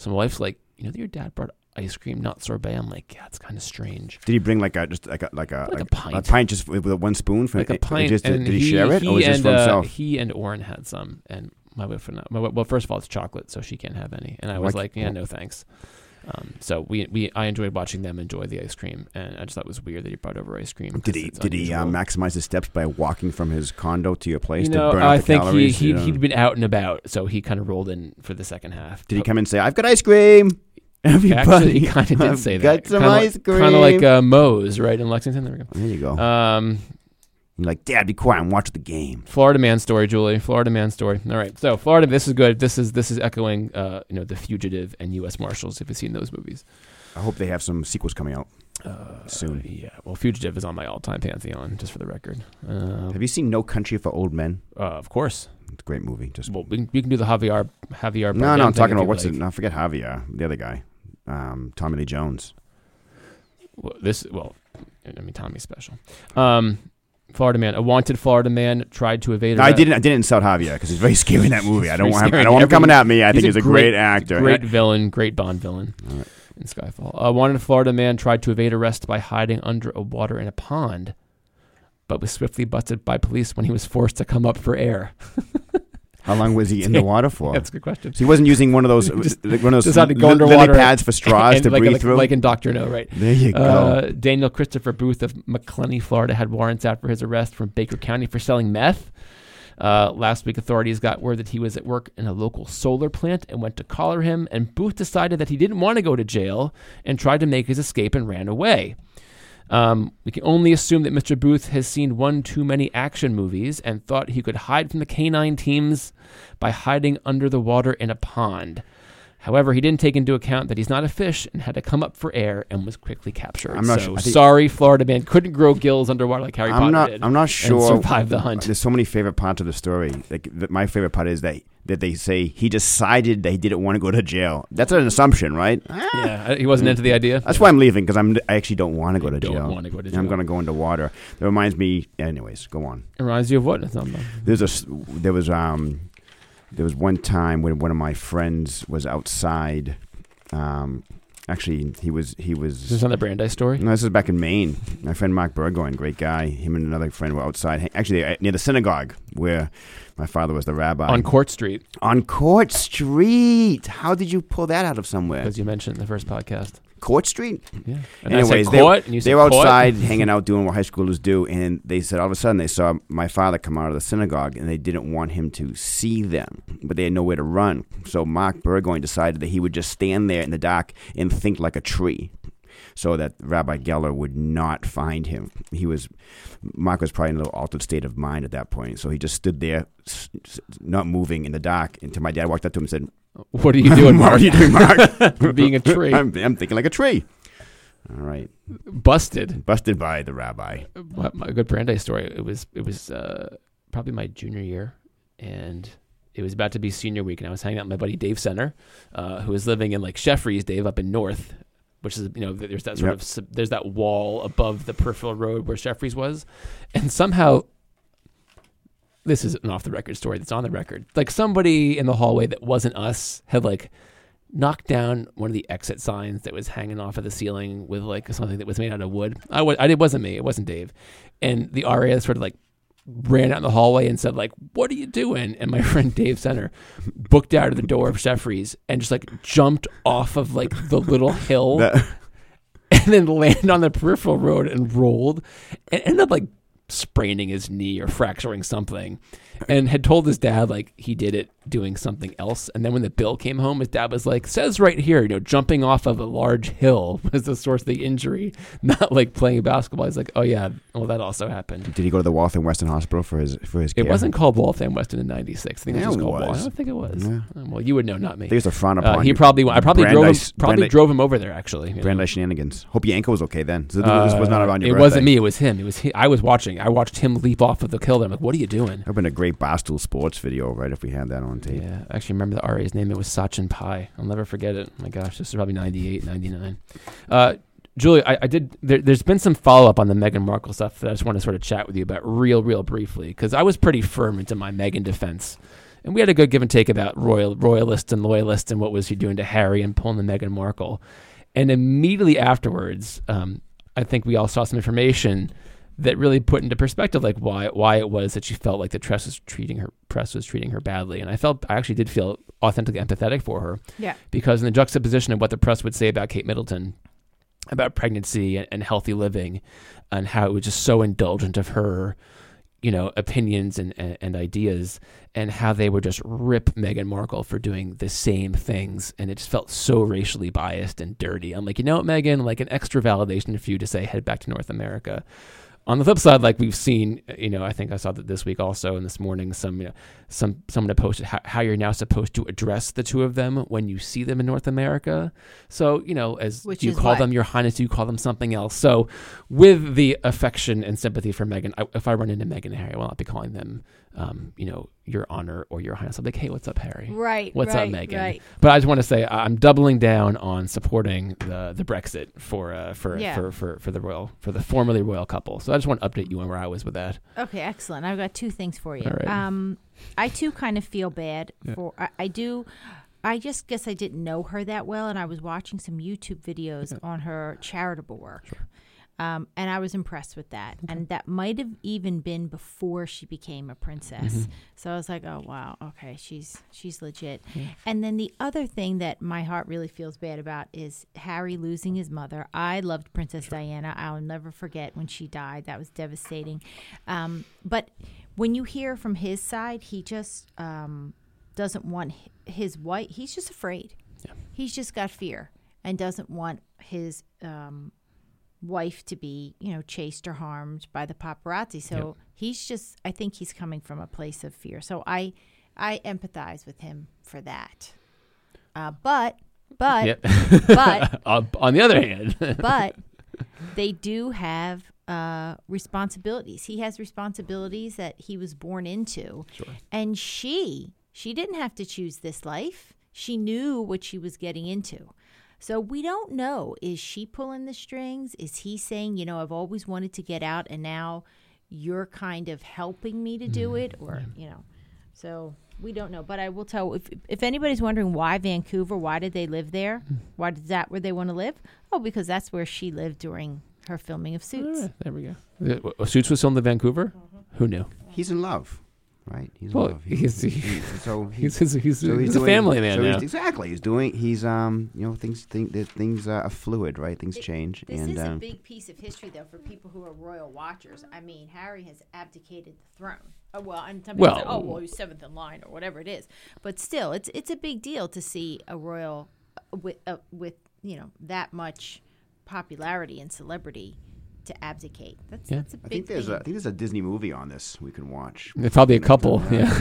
A: So my wife's like, "You know, that your dad brought ice cream, not sorbet." I'm like, "Yeah, it's kind of strange."
B: Did he bring like a just like a Uh, like a
A: Like a
B: a
A: pint.
B: pint just with, with one spoon? For,
A: Like a
B: it-
A: pint.
B: Just, did,
A: and
B: did he, share it, or was
A: and,
B: this for
A: uh,
B: himself?
A: he and Oren had some, and my wife and I, my, wi- well, first of all, it's chocolate, so she can't have any, and I was
B: Like-
A: like, "Yeah, no, thanks." Um, so we, we I enjoyed watching them enjoy the ice cream, and I just thought it was weird that he brought over ice cream. 'cause
B: did he
A: it's
B: did he uh,
A: unusual.
B: maximize his steps by walking from his condo to your place
A: You know,
B: to burn out
A: I
B: the
A: think he,
B: calories?
A: he
B: You know?
A: he'd been out and about, so he kind of rolled in for the second half.
B: did he come and say, "I've got ice cream"? <laughs> Everybody,
A: <laughs> Actually, he kind of did
B: <laughs> I've
A: say that.
B: Got some
A: kinda
B: ice cream. Oh.
A: Kind of like uh, Moe's, right in Lexington. There we
B: there you go.
A: go. Um,
B: You're like, Dad, be quiet and watch the game.
A: Florida man story, Julie. Florida man story. All right, so Florida. This is good. This is this is echoing, uh, you know, the Fugitive and U.S. Marshals. If you've seen those movies, Uh,
B: I hope they have some sequels coming out soon.
A: yeah. Well, Fugitive is on my all-time pantheon, just for the record. Uh,
B: Have you seen No Country for Old Men?
A: uh, of course.
B: It's a great movie. Just
A: Well, we can, you can do the Javier Javier. Bardem
B: no, no. I'm
A: thing if
B: talking about
A: you
B: what's
A: like.
B: it? No, forget Javier, the other guy, um, Tommy Lee Jones.
A: well, this well i mean tommy's special um florida man a wanted florida man tried to evade
B: No,
A: arre-
B: I didn't. I didn't insult Javier because he's very <laughs> scary in that movie. I
A: very
B: don't want. Him, I
A: scary.
B: don't want him
A: Every-
B: coming at me.
A: he's
B: I think
A: a
B: he's a
A: great-
B: great, actor.
A: great villain great bond villain
B: All right.
A: in skyfall a wanted florida man tried to evade arrest by hiding under a water in a pond but was swiftly busted by police when he was forced to come up for air
B: <laughs> How long was he in
A: <laughs>
B: the water for?
A: that's a good question
B: so he wasn't using one of those
A: <laughs> Just-
B: like one of those
A: just had to go
B: li- lily
A: underwater
B: pads for straws
A: And
B: to
A: like,
B: breathe
A: like,
B: through.
A: like in dr no right
B: there you go.
A: Uh, Daniel Christopher Booth of McClenny, Florida, had warrants out for his arrest from Baker County for selling meth. Uh, last week, authorities got word that he was at work in a local solar plant and went to collar him. And Booth decided that he didn't want to go to jail and tried to make his escape and ran away. Um, we can only assume that Mr. Booth has seen one too many action movies and thought he could hide from the canine teams by hiding under the water in a pond. However, he didn't take into account that he's not a fish and had to come up for air and was quickly captured.
B: I'm not
A: so
B: su- I think-
A: sorry, Florida man couldn't grow gills underwater like Harry Potter
B: I'm not.
A: did.
B: I'm not sure.
A: survive the hunt.
B: There's so many favorite parts of the story. Like th my favorite part is that that they say he decided that he didn't want to go to jail. That's an assumption, right?
A: yeah, I- he wasn't into the idea.
B: That's why I'm leaving because I'm. I actually don't want to go to
A: don't
B: jail.
A: wanna go to
B: I'm
A: jail.
B: going to go into water. That reminds me. Anyways, go on.
A: it reminds you of what? It's not-
B: There's a. s- There was um. There was one time when one of my friends was outside. Um, actually, he was he
A: Is this
B: was.
A: on the Brandeis story?
B: No, this is back in Maine. My friend Mark Burgoyne, great guy. Him and another friend were outside. ha- Actually, uh, near the synagogue where my father was the rabbi
A: On Court Street,
B: on Court Street. How did you pull that out of somewhere?
A: as you mentioned in the first podcast.
B: Court Street.
A: Yeah. And I
B: Anyways,
A: said
B: they-
A: court, and you said
B: they were
A: court. <laughs>
B: outside hanging out doing what high schoolers do and they said all of a sudden they saw my father come out of the synagogue and they didn't want him to see them but they had nowhere to run so mark burgoyne decided that he would just stand there in the dark and think like a tree so that rabbi geller would not find him he was mark was probably in a little altered state of mind at that point so he just stood there s- s- not moving in the dark until my dad walked up to him and said
A: What are you doing,
B: <laughs> what
A: Mark?
B: are you doing mark
A: <laughs> Being a tree.
B: <laughs> I'm, I'm thinking like a tree all right
A: Busted.
B: busted by the rabbi
A: my, my good Brandeis story. It was it was uh, probably my junior year, and it was about to be senior week, and I was hanging out with my buddy Dave Center, uh, who was living in like Jeffries, Dave, up in North, which is you know there's that sort
B: Yep.
A: of sub- there's that wall above the peripheral road where Jeffries was, and somehow. This is an off the record story that's on the record. Like somebody in the hallway that wasn't us had like knocked down one of the exit signs that was hanging off of the ceiling with like something that was made out of wood. I was, it wasn't me. It wasn't Dave. And the RA sort of like ran out in the hallway and said like, "What are you doing?" And my <laughs> friend Dave Center booked out of the door of Jeffries and just like jumped off of like the little hill
B: <laughs> That-
A: <laughs> and then landed on the peripheral road and rolled and ended up like spraining his knee or fracturing something and had told his dad like he did it doing something else and then when the bill came home his dad was like says right here you know jumping off of a large hill <laughs> was the source of the injury not like playing basketball he's like oh yeah well that also happened
B: Did he go to the Waltham Western Hospital for his for his?
A: it
B: care?
A: wasn't called Waltham Weston in '96. I think it
B: Yeah,
A: was just
B: it
A: called Waltham. I
B: was.
A: don't think it was.
B: Yeah.
A: Oh, Well, you would know, not me.
B: They used to frown upon.
A: Uh, he
B: you.
A: probably. I probably drove. Him,
B: Brandeis-
A: probably
B: Brandeis-
A: drove him over there. Actually, you know.
B: Brandeis shenanigans. Hope your ankle was okay then. So this
A: Uh,
B: was not around your
A: It
B: birthday.
A: wasn't me. It was him. It was. He, I was watching. I watched him leap off of the hill. I'm like, what are you doing?
B: That would have been a great Barstool Sports video, right? If we had that on tape.
A: Yeah, I actually remember the RA's name. It was Sachin Pai. I'll never forget it. my gosh, this is probably 98, 99. Uh, Julia, I, I did. There, there's been some follow up on the Meghan Markle stuff that I just want to sort of chat with you about, real, real briefly, because I was pretty firm into my Meghan defense, and we had a good give and take about royal royalists and loyalists and what was she doing to Harry and pulling the Meghan Markle, and immediately afterwards, um, I think we all saw some information that really put into perspective like why why it was that she felt like the press was treating her press was treating her badly and i felt i actually did feel authentically empathetic for her
C: Yeah.
A: because in the juxtaposition of what the press would say about kate middleton about pregnancy and, and healthy living and how it was just so indulgent of her you know opinions and, and, and ideas and how they would just rip Meghan Markle for doing the same things and it just felt so racially biased and dirty. I'm like, you know what, Meghan, like an extra validation for you to say head back to North America. On the flip side, like we've seen, you know, I think I saw that this week also and this morning some you know, some someone had posted how, how you're now supposed to address the two of them when you see them in North America. So, you know, as
C: Which
A: do you
C: is
A: call
C: what?
A: them your highness, do you call them something else? So with the affection and sympathy for Meghan, I, if I run into Meghan and Harry, I will not be calling them, um, you know, Your Honor or Your Highness. I'm like, hey, what's up, Harry?
C: <laughs> Right.
A: What's up,
C: right,
A: Megan?
C: Right.
A: But I just want to say I- I'm doubling down on supporting the the Brexit for uh, for,
C: Yeah.
A: for for for the royal for the formerly royal couple. So I just want to update you on where I was with that.
C: Okay, excellent. I've got two things for you.
A: All right.
C: Um, I too kind of feel bad
A: Yeah.
C: for. I, I do. I just guess I didn't know her that well, and I was watching some YouTube videos on her charitable work. Um, and I was impressed with that. And that might have even been before she became a princess.
A: Mm-hmm.
C: So I was like, oh wow, okay, she's she's legit. And then the other thing that my heart really feels bad about is Harry losing his mother. I loved Princess Diana. I'll never forget when she died. That was devastating. Um, but when you hear from his side, he just um, doesn't want hi- his wife. He's just afraid. He's just got fear and doesn't want his um, wife to be, you know, chased or harmed by the paparazzi. So he's just, I think he's coming from a place of fear. So I, I empathize with him for that. Uh, but, but,
A: Yep. <laughs>
C: but
A: Uh, on the other hand, <laughs>
C: but they do have uh, responsibilities. He has responsibilities that he was born into, and she she didn't have to choose this life. She knew what she was getting into. So we don't know. Is she pulling the strings? Is he saying, you know, I've always wanted to get out, and now you're kind of helping me to do it, or you know, so. We don't know, but I will tell if if anybody's wondering why Vancouver, why did they live there? Why is that where they want to live? Oh, because that's where she lived during her filming of Suits.
A: there we go. Uh, Suits was filmed in Vancouver. Who knew?
B: He's in love, right? He's in
A: Well,
B: love.
A: he's
B: he-
A: <laughs>
B: so
A: he's he's, he's,
B: so
A: he's a
B: doing-
A: family man
B: so he's-
A: now.
B: exactly. He's doing. He's um. You know, things think that things are fluid, right? Things
C: It-
B: change,
C: This
B: and
C: is a
B: um,
C: big piece of history, though, for people who are royal watchers. I mean, Harry has abdicated the throne. Oh, well, and some people say,
A: Well-
C: oh, well, he's seventh in line or whatever it is. But still, it's it's a big deal to see a royal uh, with uh, with you know that much popularity and celebrity to abdicate. That's
A: Yeah.
C: that's a
B: I
C: big
B: think there's
C: thing.
B: a, I think there's a Disney movie on this we can watch.
A: There's probably a couple. Yeah.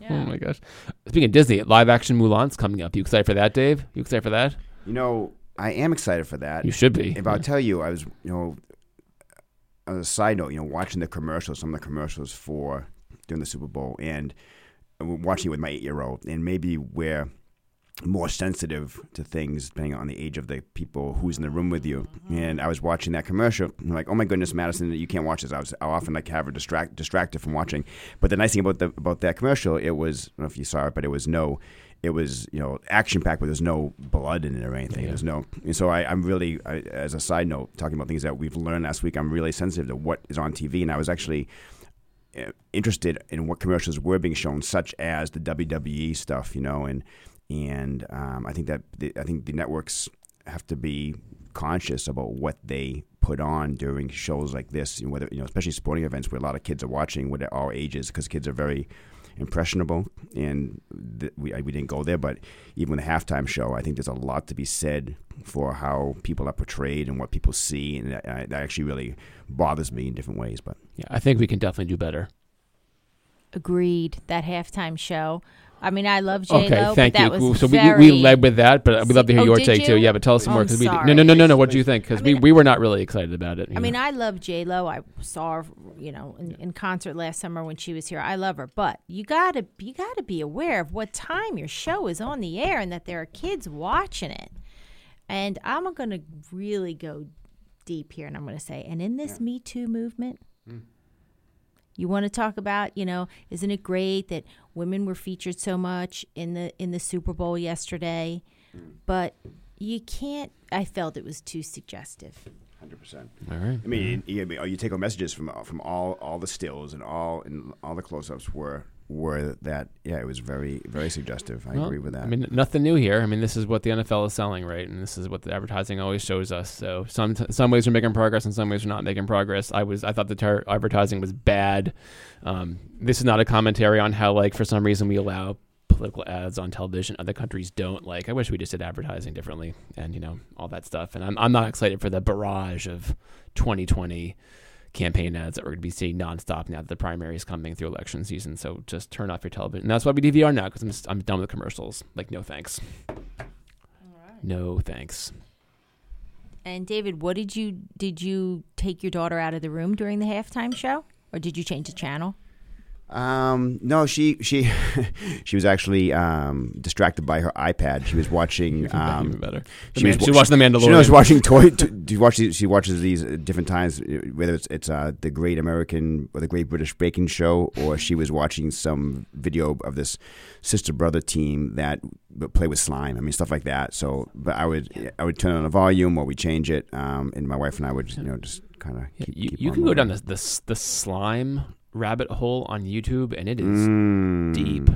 C: Yeah.
A: oh my gosh. Speaking of Disney, live action Mulan's coming up. You excited for that, Dave? You excited for that?
B: You know, I am excited for that.
A: You should be.
B: Uh, If I tell you, I was, you know, on a side note, you know, watching the commercials, some of the commercials for during the Super Bowl, and I'm watching it with my eight year old, and maybe we're more sensitive to things depending on the age of the people who's in the room with you. And I was watching that commercial, and I'm like, oh my goodness, Madison, you can't watch this. I was I often like have her distract distracted from watching. But the nice thing about the about that commercial, it was I don't know if you saw it, but it was no. It was, you know, action packed, but there's no blood in it or anything. There's no, and so I, I'm really, I, as a side note, talking about things that we've learned last week. I'm really sensitive to what is on TV, and I was actually uh, interested in what commercials were being shown, such as the E WWE stuff, you know, and and um, I think that the, I think the networks have to be conscious about what they put on during shows like this, and whether you know, especially sporting events where a lot of kids are watching, with our ages, because kids are very impressionable. And th- we I- we didn't go there, but even with the halftime show, I think there's a lot to be said for how people are portrayed and what people see, and that, uh, that actually really bothers me in different ways. But
A: Yeah, I think we can definitely do better.
C: Agreed. That halftime show. I mean, I love J Lo,
A: Okay,
C: but
A: thank
C: that
A: you.
C: was
A: Cool. So
C: very.
A: we, we led with that, but we'd love to hear
C: Oh,
A: your
C: did
A: take too.
C: you?
A: Yeah, but tell us
C: Oh,
A: more
C: I'm
A: because we no
C: sorry.
A: no no no no. What do you think? Because
C: I
A: we,
C: mean-
A: we were not really excited about it. you
C: I mean,
A: know.
C: I love J Lo. I saw her, you know, in, in concert last summer when she was here. I love her, but you gotta you gotta be aware of what time your show is on the air and that there are kids watching it. And I'm gonna really go deep here, and I'm gonna say, and in this Me Too movement.
A: Hmm.
C: You want to talk about, you know, isn't it great that women were featured so much in the in the Super Bowl yesterday?
A: Hmm.
C: But you can't. I felt it was too suggestive.
B: hundred percent.
A: all right.
B: I mean, you, you- you take home messages from from all all the stills and all and all the close-ups were were that yeah, it was very very suggestive. I
A: Well,
B: agree with that.
A: I mean, nothing new here. I mean, this is what the NFL is selling, right? And this is what the advertising always shows us. So some some ways we're making progress, and some ways we're not making progress. I was I thought the ter- advertising was bad. Um, this is not a commentary on how like for some reason we allow political ads on television, other countries don't. Like I wish we just did advertising differently, and you know all that stuff. And I'm I'm not excited for the barrage of 2020 campaign ads that we're going to be seeing nonstop now that the primary is coming through election season. So just turn off your television. And that's why we DVR now because I'm, just- I'm done with commercials. Like, no thanks. No thanks.
C: And David, what did you did you take your daughter out of the room during the halftime show, or did you change the channel?
B: Um, no, she she <laughs> she was actually um, distracted by her iPad. She
A: <laughs>
B: was watching.
A: Even
B: Um,
A: better.
B: she
A: She,
B: was
A: was,
B: wa-
A: she watched The Mandalorian.
B: she knows watching toy. t- do you watch these, she watches these at different times, uh, whether it's it's uh, the Great American or the Great British Baking Show, or she was watching some video of this sister brother team that would play with slime. I mean, stuff like that. So, but I would I would turn on the volume or we change it, um, and my wife and I would you know just kind of
A: Yeah,
B: keep,
A: you,
B: keep
A: you
B: on
A: can go down
B: moving.
A: the, the, s- the slime rabbit hole on YouTube, and it is
B: Mm.
A: deep.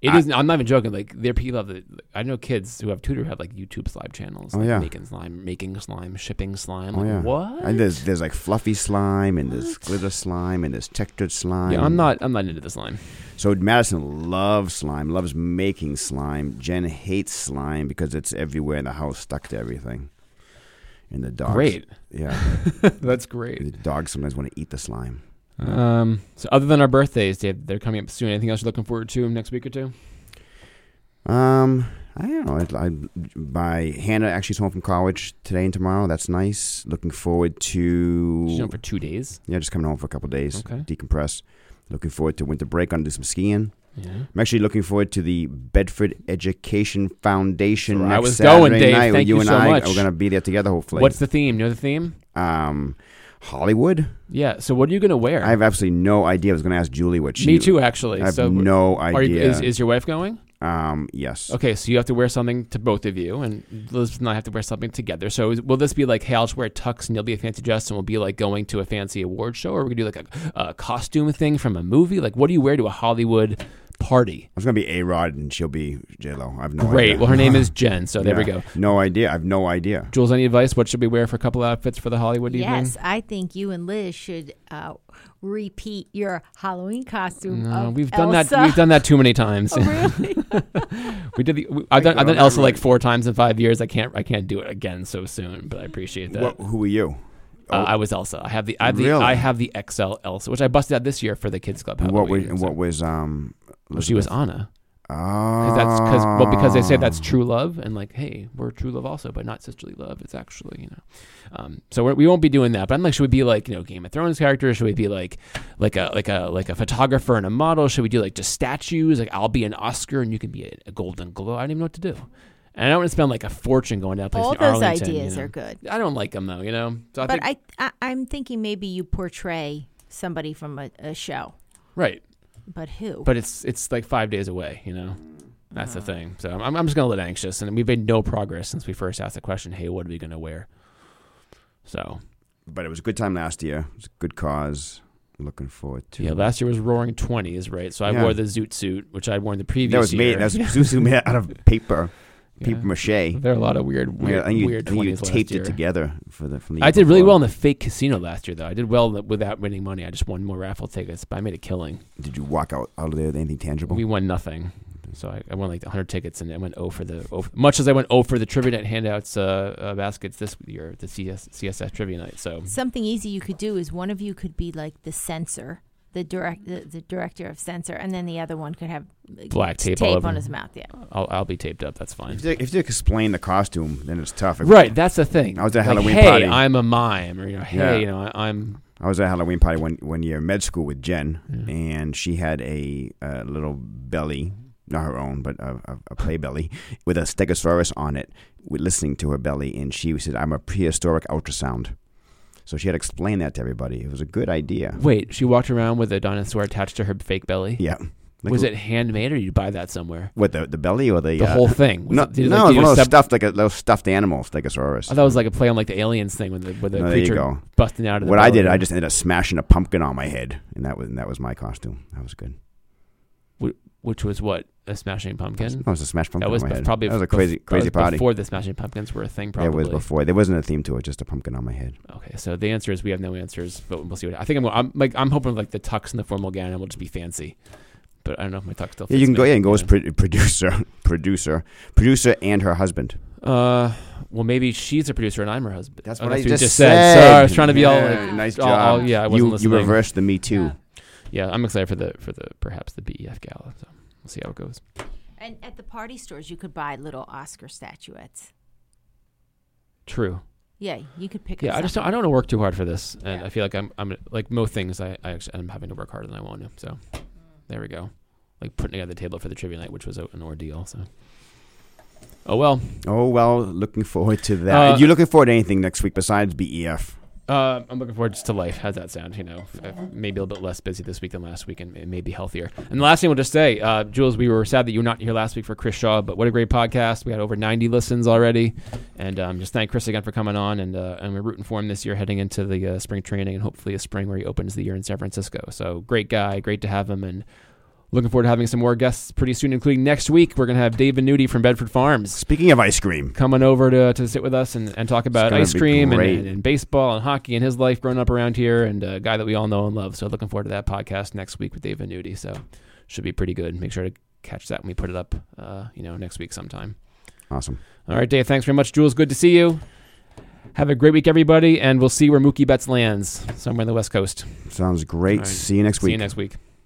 A: It
B: I-
A: is- I'm not even joking. Like there are people have. I know kids who have tutor have like YouTube slime channels.
B: Oh,
A: like,
B: yeah.
A: making slime, making slime, shipping slime.
B: Oh,
A: Like,
B: yeah.
A: What?
B: And there's there's like fluffy slime and there's
A: What?
B: glitter slime and there's textured slime.
A: yeah, I'm not. I'm not into the slime.
B: So Madison loves slime, loves making slime. Jen hates slime because it's everywhere in the house, stuck to everything. And the dogs,
A: Great.
B: yeah,
A: <laughs> That's great.
B: the dogs sometimes want to eat the slime.
A: Um, so other than our birthdays, Dave, they're coming up soon. Anything else you're looking forward to next week or two?
B: Um, I don't know. I, I, my Hannah actually's home from college today and tomorrow. That's nice. Looking forward to
A: She's done for two days.
B: yeah, just coming home for a couple days,
A: Okay.
B: decompress. Looking forward to winter break. Gonna do some skiing.
A: Yeah.
B: I'm actually looking forward to the Bedford Education Foundation.
A: That's where
B: next
A: I was
B: Saturday
A: going, Dave.
B: Night, where
A: Thank
B: you
A: you
B: and
A: so
B: I
A: much.
B: are going to be there together, hopefully.
A: What's the theme? You know the theme?
B: um, Hollywood?
A: Yeah. So what are you gonna wear?
B: I have absolutely no idea. I was going to ask Julie what she.
A: Me too, actually.
B: I have
A: so
B: no
A: are you,
B: idea.
A: is, is your wife going?
B: um, yes.
A: Okay, so you have to wear something to both of you, and let's not have to wear something together. So is, will this be like, hey, I'll just wear tux, and you'll be a fancy dress, and we'll be like going to a fancy award show, or we could do like a, a costume thing from a movie? Like, what do you wear to a Hollywood party?
B: I was going to be A Rod, and she'll be J Lo. I have no idea.
A: Great. Well, her name
B: <laughs>
A: is Jen, so there we
B: Yeah.
A: go.
B: No idea. I have no idea.
A: Jules, any advice? What should we wear for a couple outfits for the Hollywood evening?
C: Yes, I think you and Liz should uh, repeat your Halloween costume.
A: No,
C: of
A: we've done that. We've
C: um, Elsa.
A: done that too many times. <laughs>
C: <laughs> really?
A: we did. The, we, I've done. I've
B: got
A: done
B: on that
A: Elsa like
B: right.
A: four times in five years. I can't. I can't do it again so soon. But I appreciate that.
B: What, who are you?
A: uh, I was Elsa. I have the. I have the.
B: Really?
A: I have the XL Elsa, which I busted out this year for the kids club.
B: And what was?
A: Halloween,
B: And
A: so-
B: what was? Um,
A: Well, she was Anna.
B: Oh,
A: 'Cause that's because well because they say
B: Ah.
A: that's true love and like hey we're true love also but not sisterly love it's actually you know um, so we're, we won't be doing that but I'm like should we be like you know Game of Thrones characters should we be like like a like a like a photographer and a model should we do like just statues like I'll be an Oscar and you can be a, a Golden Globe I don't even know what to do and I don't want to spend like a fortune going to that place
C: All
A: in
C: those
A: Arlington,
C: ideas
A: you know?
C: are good.
A: I don't like them though you know so I
C: But
A: think,
C: I, I I'm thinking maybe you portray somebody from a, a show,
A: right
C: but who?
A: but it's it's like five days away you know that's
B: Uh-huh.
A: the thing so I'm, I'm just gonna let anxious and we've made no progress since we first asked the question hey what are we gonna wear so
B: But it was a good time last year. It was a good cause. Looking forward to.
A: yeah last year was roaring 20s right so i
B: Yeah.
A: wore the zoot suit which i'd worn the previous <laughs>
B: That was
A: year
B: made. That was Zuzu made out of paper. paper mache.
A: There are a lot of weird,
B: Yeah,
A: weird,
B: and you,
A: weird
B: and you
A: twenties last
B: taped
A: year.
B: it together for the from the.
A: I
B: year
A: did really
B: before.
A: well in the fake casino last year, though. I did well without winning money. I just won more raffle tickets, but I made a killing.
B: Did you walk out out of there with anything tangible?
A: We won nothing, so I, I won like 100 tickets, and I went 0 for the 0 for- much as I went 0 for the trivia night handouts uh, uh, baskets this year, the CS, CSS trivia night. So
C: Something easy you could do is one of you could be like the censor, the direct, the, the director of censor, and then the other one could have like,
A: Black tape all
C: tape
A: over
C: on
A: him.
C: his mouth. Yeah,
A: I'll, I'll be taped up. That's fine.
B: If you, if you explain the costume, then it's tough.
A: Right, that's the thing.
B: I was at a
A: Like,
B: Halloween
A: hey,
B: party.
A: I'm a mime, or you know, hey,
B: Yeah.
A: you know, I, I'm
B: I was at a Halloween party one one year in med school with Jen,
A: Yeah.
B: and she had a, uh little belly, not her own, but a, a, a play belly with a stegosaurus on it, with listening to her belly, and she said, "I'm a prehistoric ultrasound." So she had to explain that to everybody. It was a good idea.
A: Wait, she walked around with a dinosaur attached to her fake belly.
B: Yeah. Like,
A: was it handmade, or did you buy that somewhere?
B: what the the belly or the,
A: The
B: uh,
A: whole thing. Was
B: No,
A: it- did, like,
B: no, it was
A: did you
B: one of those
A: step-
B: stuffed like a little stuffed animal stegosaurus.
A: I thought it was like a play on like the aliens thing with the with the
B: no, there you
A: creature
B: go.
A: busting out of the
B: What I
A: belly.
B: did, I just ended up smashing a pumpkin on my head, and that was and that was my costume. That was good.
A: which was what a smashing pumpkin.
B: That was a smash pumpkin
A: That was
B: on my
A: bef-
B: head.
A: probably
B: that was a
A: bef-
B: crazy
A: that was
B: crazy party.
A: before the smashing pumpkins were a thing.
B: Yeah,
A: Probably
B: It was before. There wasn't a theme to it, just a pumpkin on my head.
A: Okay, so the answer is we have no answers, but we'll see what. I think I'm. I'm like I'm hoping like the tux and the formal gown and will just be fancy, but I don't know if my tux still.
B: Yeah,
A: fits
B: you can go.
A: me,
B: Yeah, and go
A: you
B: as
A: know.
B: pro- producer, <laughs> producer, producer, and her husband.
A: Uh, well, maybe she's a producer and I'm her husband.
B: That's
A: Oh,
B: what I
A: you
B: just
A: Sorry, I
B: said.
A: was trying to be all
B: Yeah,
A: like,
B: nice
A: all-
B: job.
A: all- yeah, I wasn't
B: You you
A: listening.
B: reversed the Me Too.
C: Yeah.
A: yeah, I'm excited for the for the perhaps the BEF gala. So we'll see how it goes.
C: and at the party stores you could buy little Oscar statuettes.
A: True.
C: Yeah, you could pick. up
A: Yeah, I just don't,
C: something.
A: I don't want to work too hard for this, and
C: Yeah.
A: I feel like I'm I'm like most things I I actually, I'm having to work harder than I want to. So there we go. Like putting together the table for the trivia night, which was a- an ordeal. So oh well.
B: Oh well, looking forward to that.
A: Uh,
B: you looking forward to anything next week besides E BEF?
A: Uh, I'm looking forward just to life. How's that sound? You know, F- f- maybe a little bit less busy this week than last week, and it may be healthier. And the last thing we'll just say, uh, Jules, we were sad that you were not here last week for Chris Shaw, but what a great podcast! We had over 90 listens already, and um, just thank Chris again for coming on. And uh, and we're rooting for him this year, heading into the uh, spring training, and hopefully a spring where he opens the year in San Francisco. So great guy, great to have him, and looking forward to having some more guests pretty soon, including next week. We're gonna have Dave Venuti from Bedford Farms
B: Speaking of ice cream,
A: coming over to, to sit with us and, and talk about
B: gonna
A: ice
B: be
A: cream and,
B: great.
A: and, and baseball and hockey and his life growing up around here and a guy that we all know and love. So looking forward to that podcast next week with Dave Venuti. So should be pretty good. Make sure to catch that when we put it up, uh, you know, next week sometime.
B: awesome.
A: All right, Dave, thanks very much. Jules, good to see you. Have a great week, everybody, and we'll see where Mookie Betts lands somewhere in the West Coast.
B: Sounds great.
A: All right.
B: See you next
A: See
B: week.
A: you next week.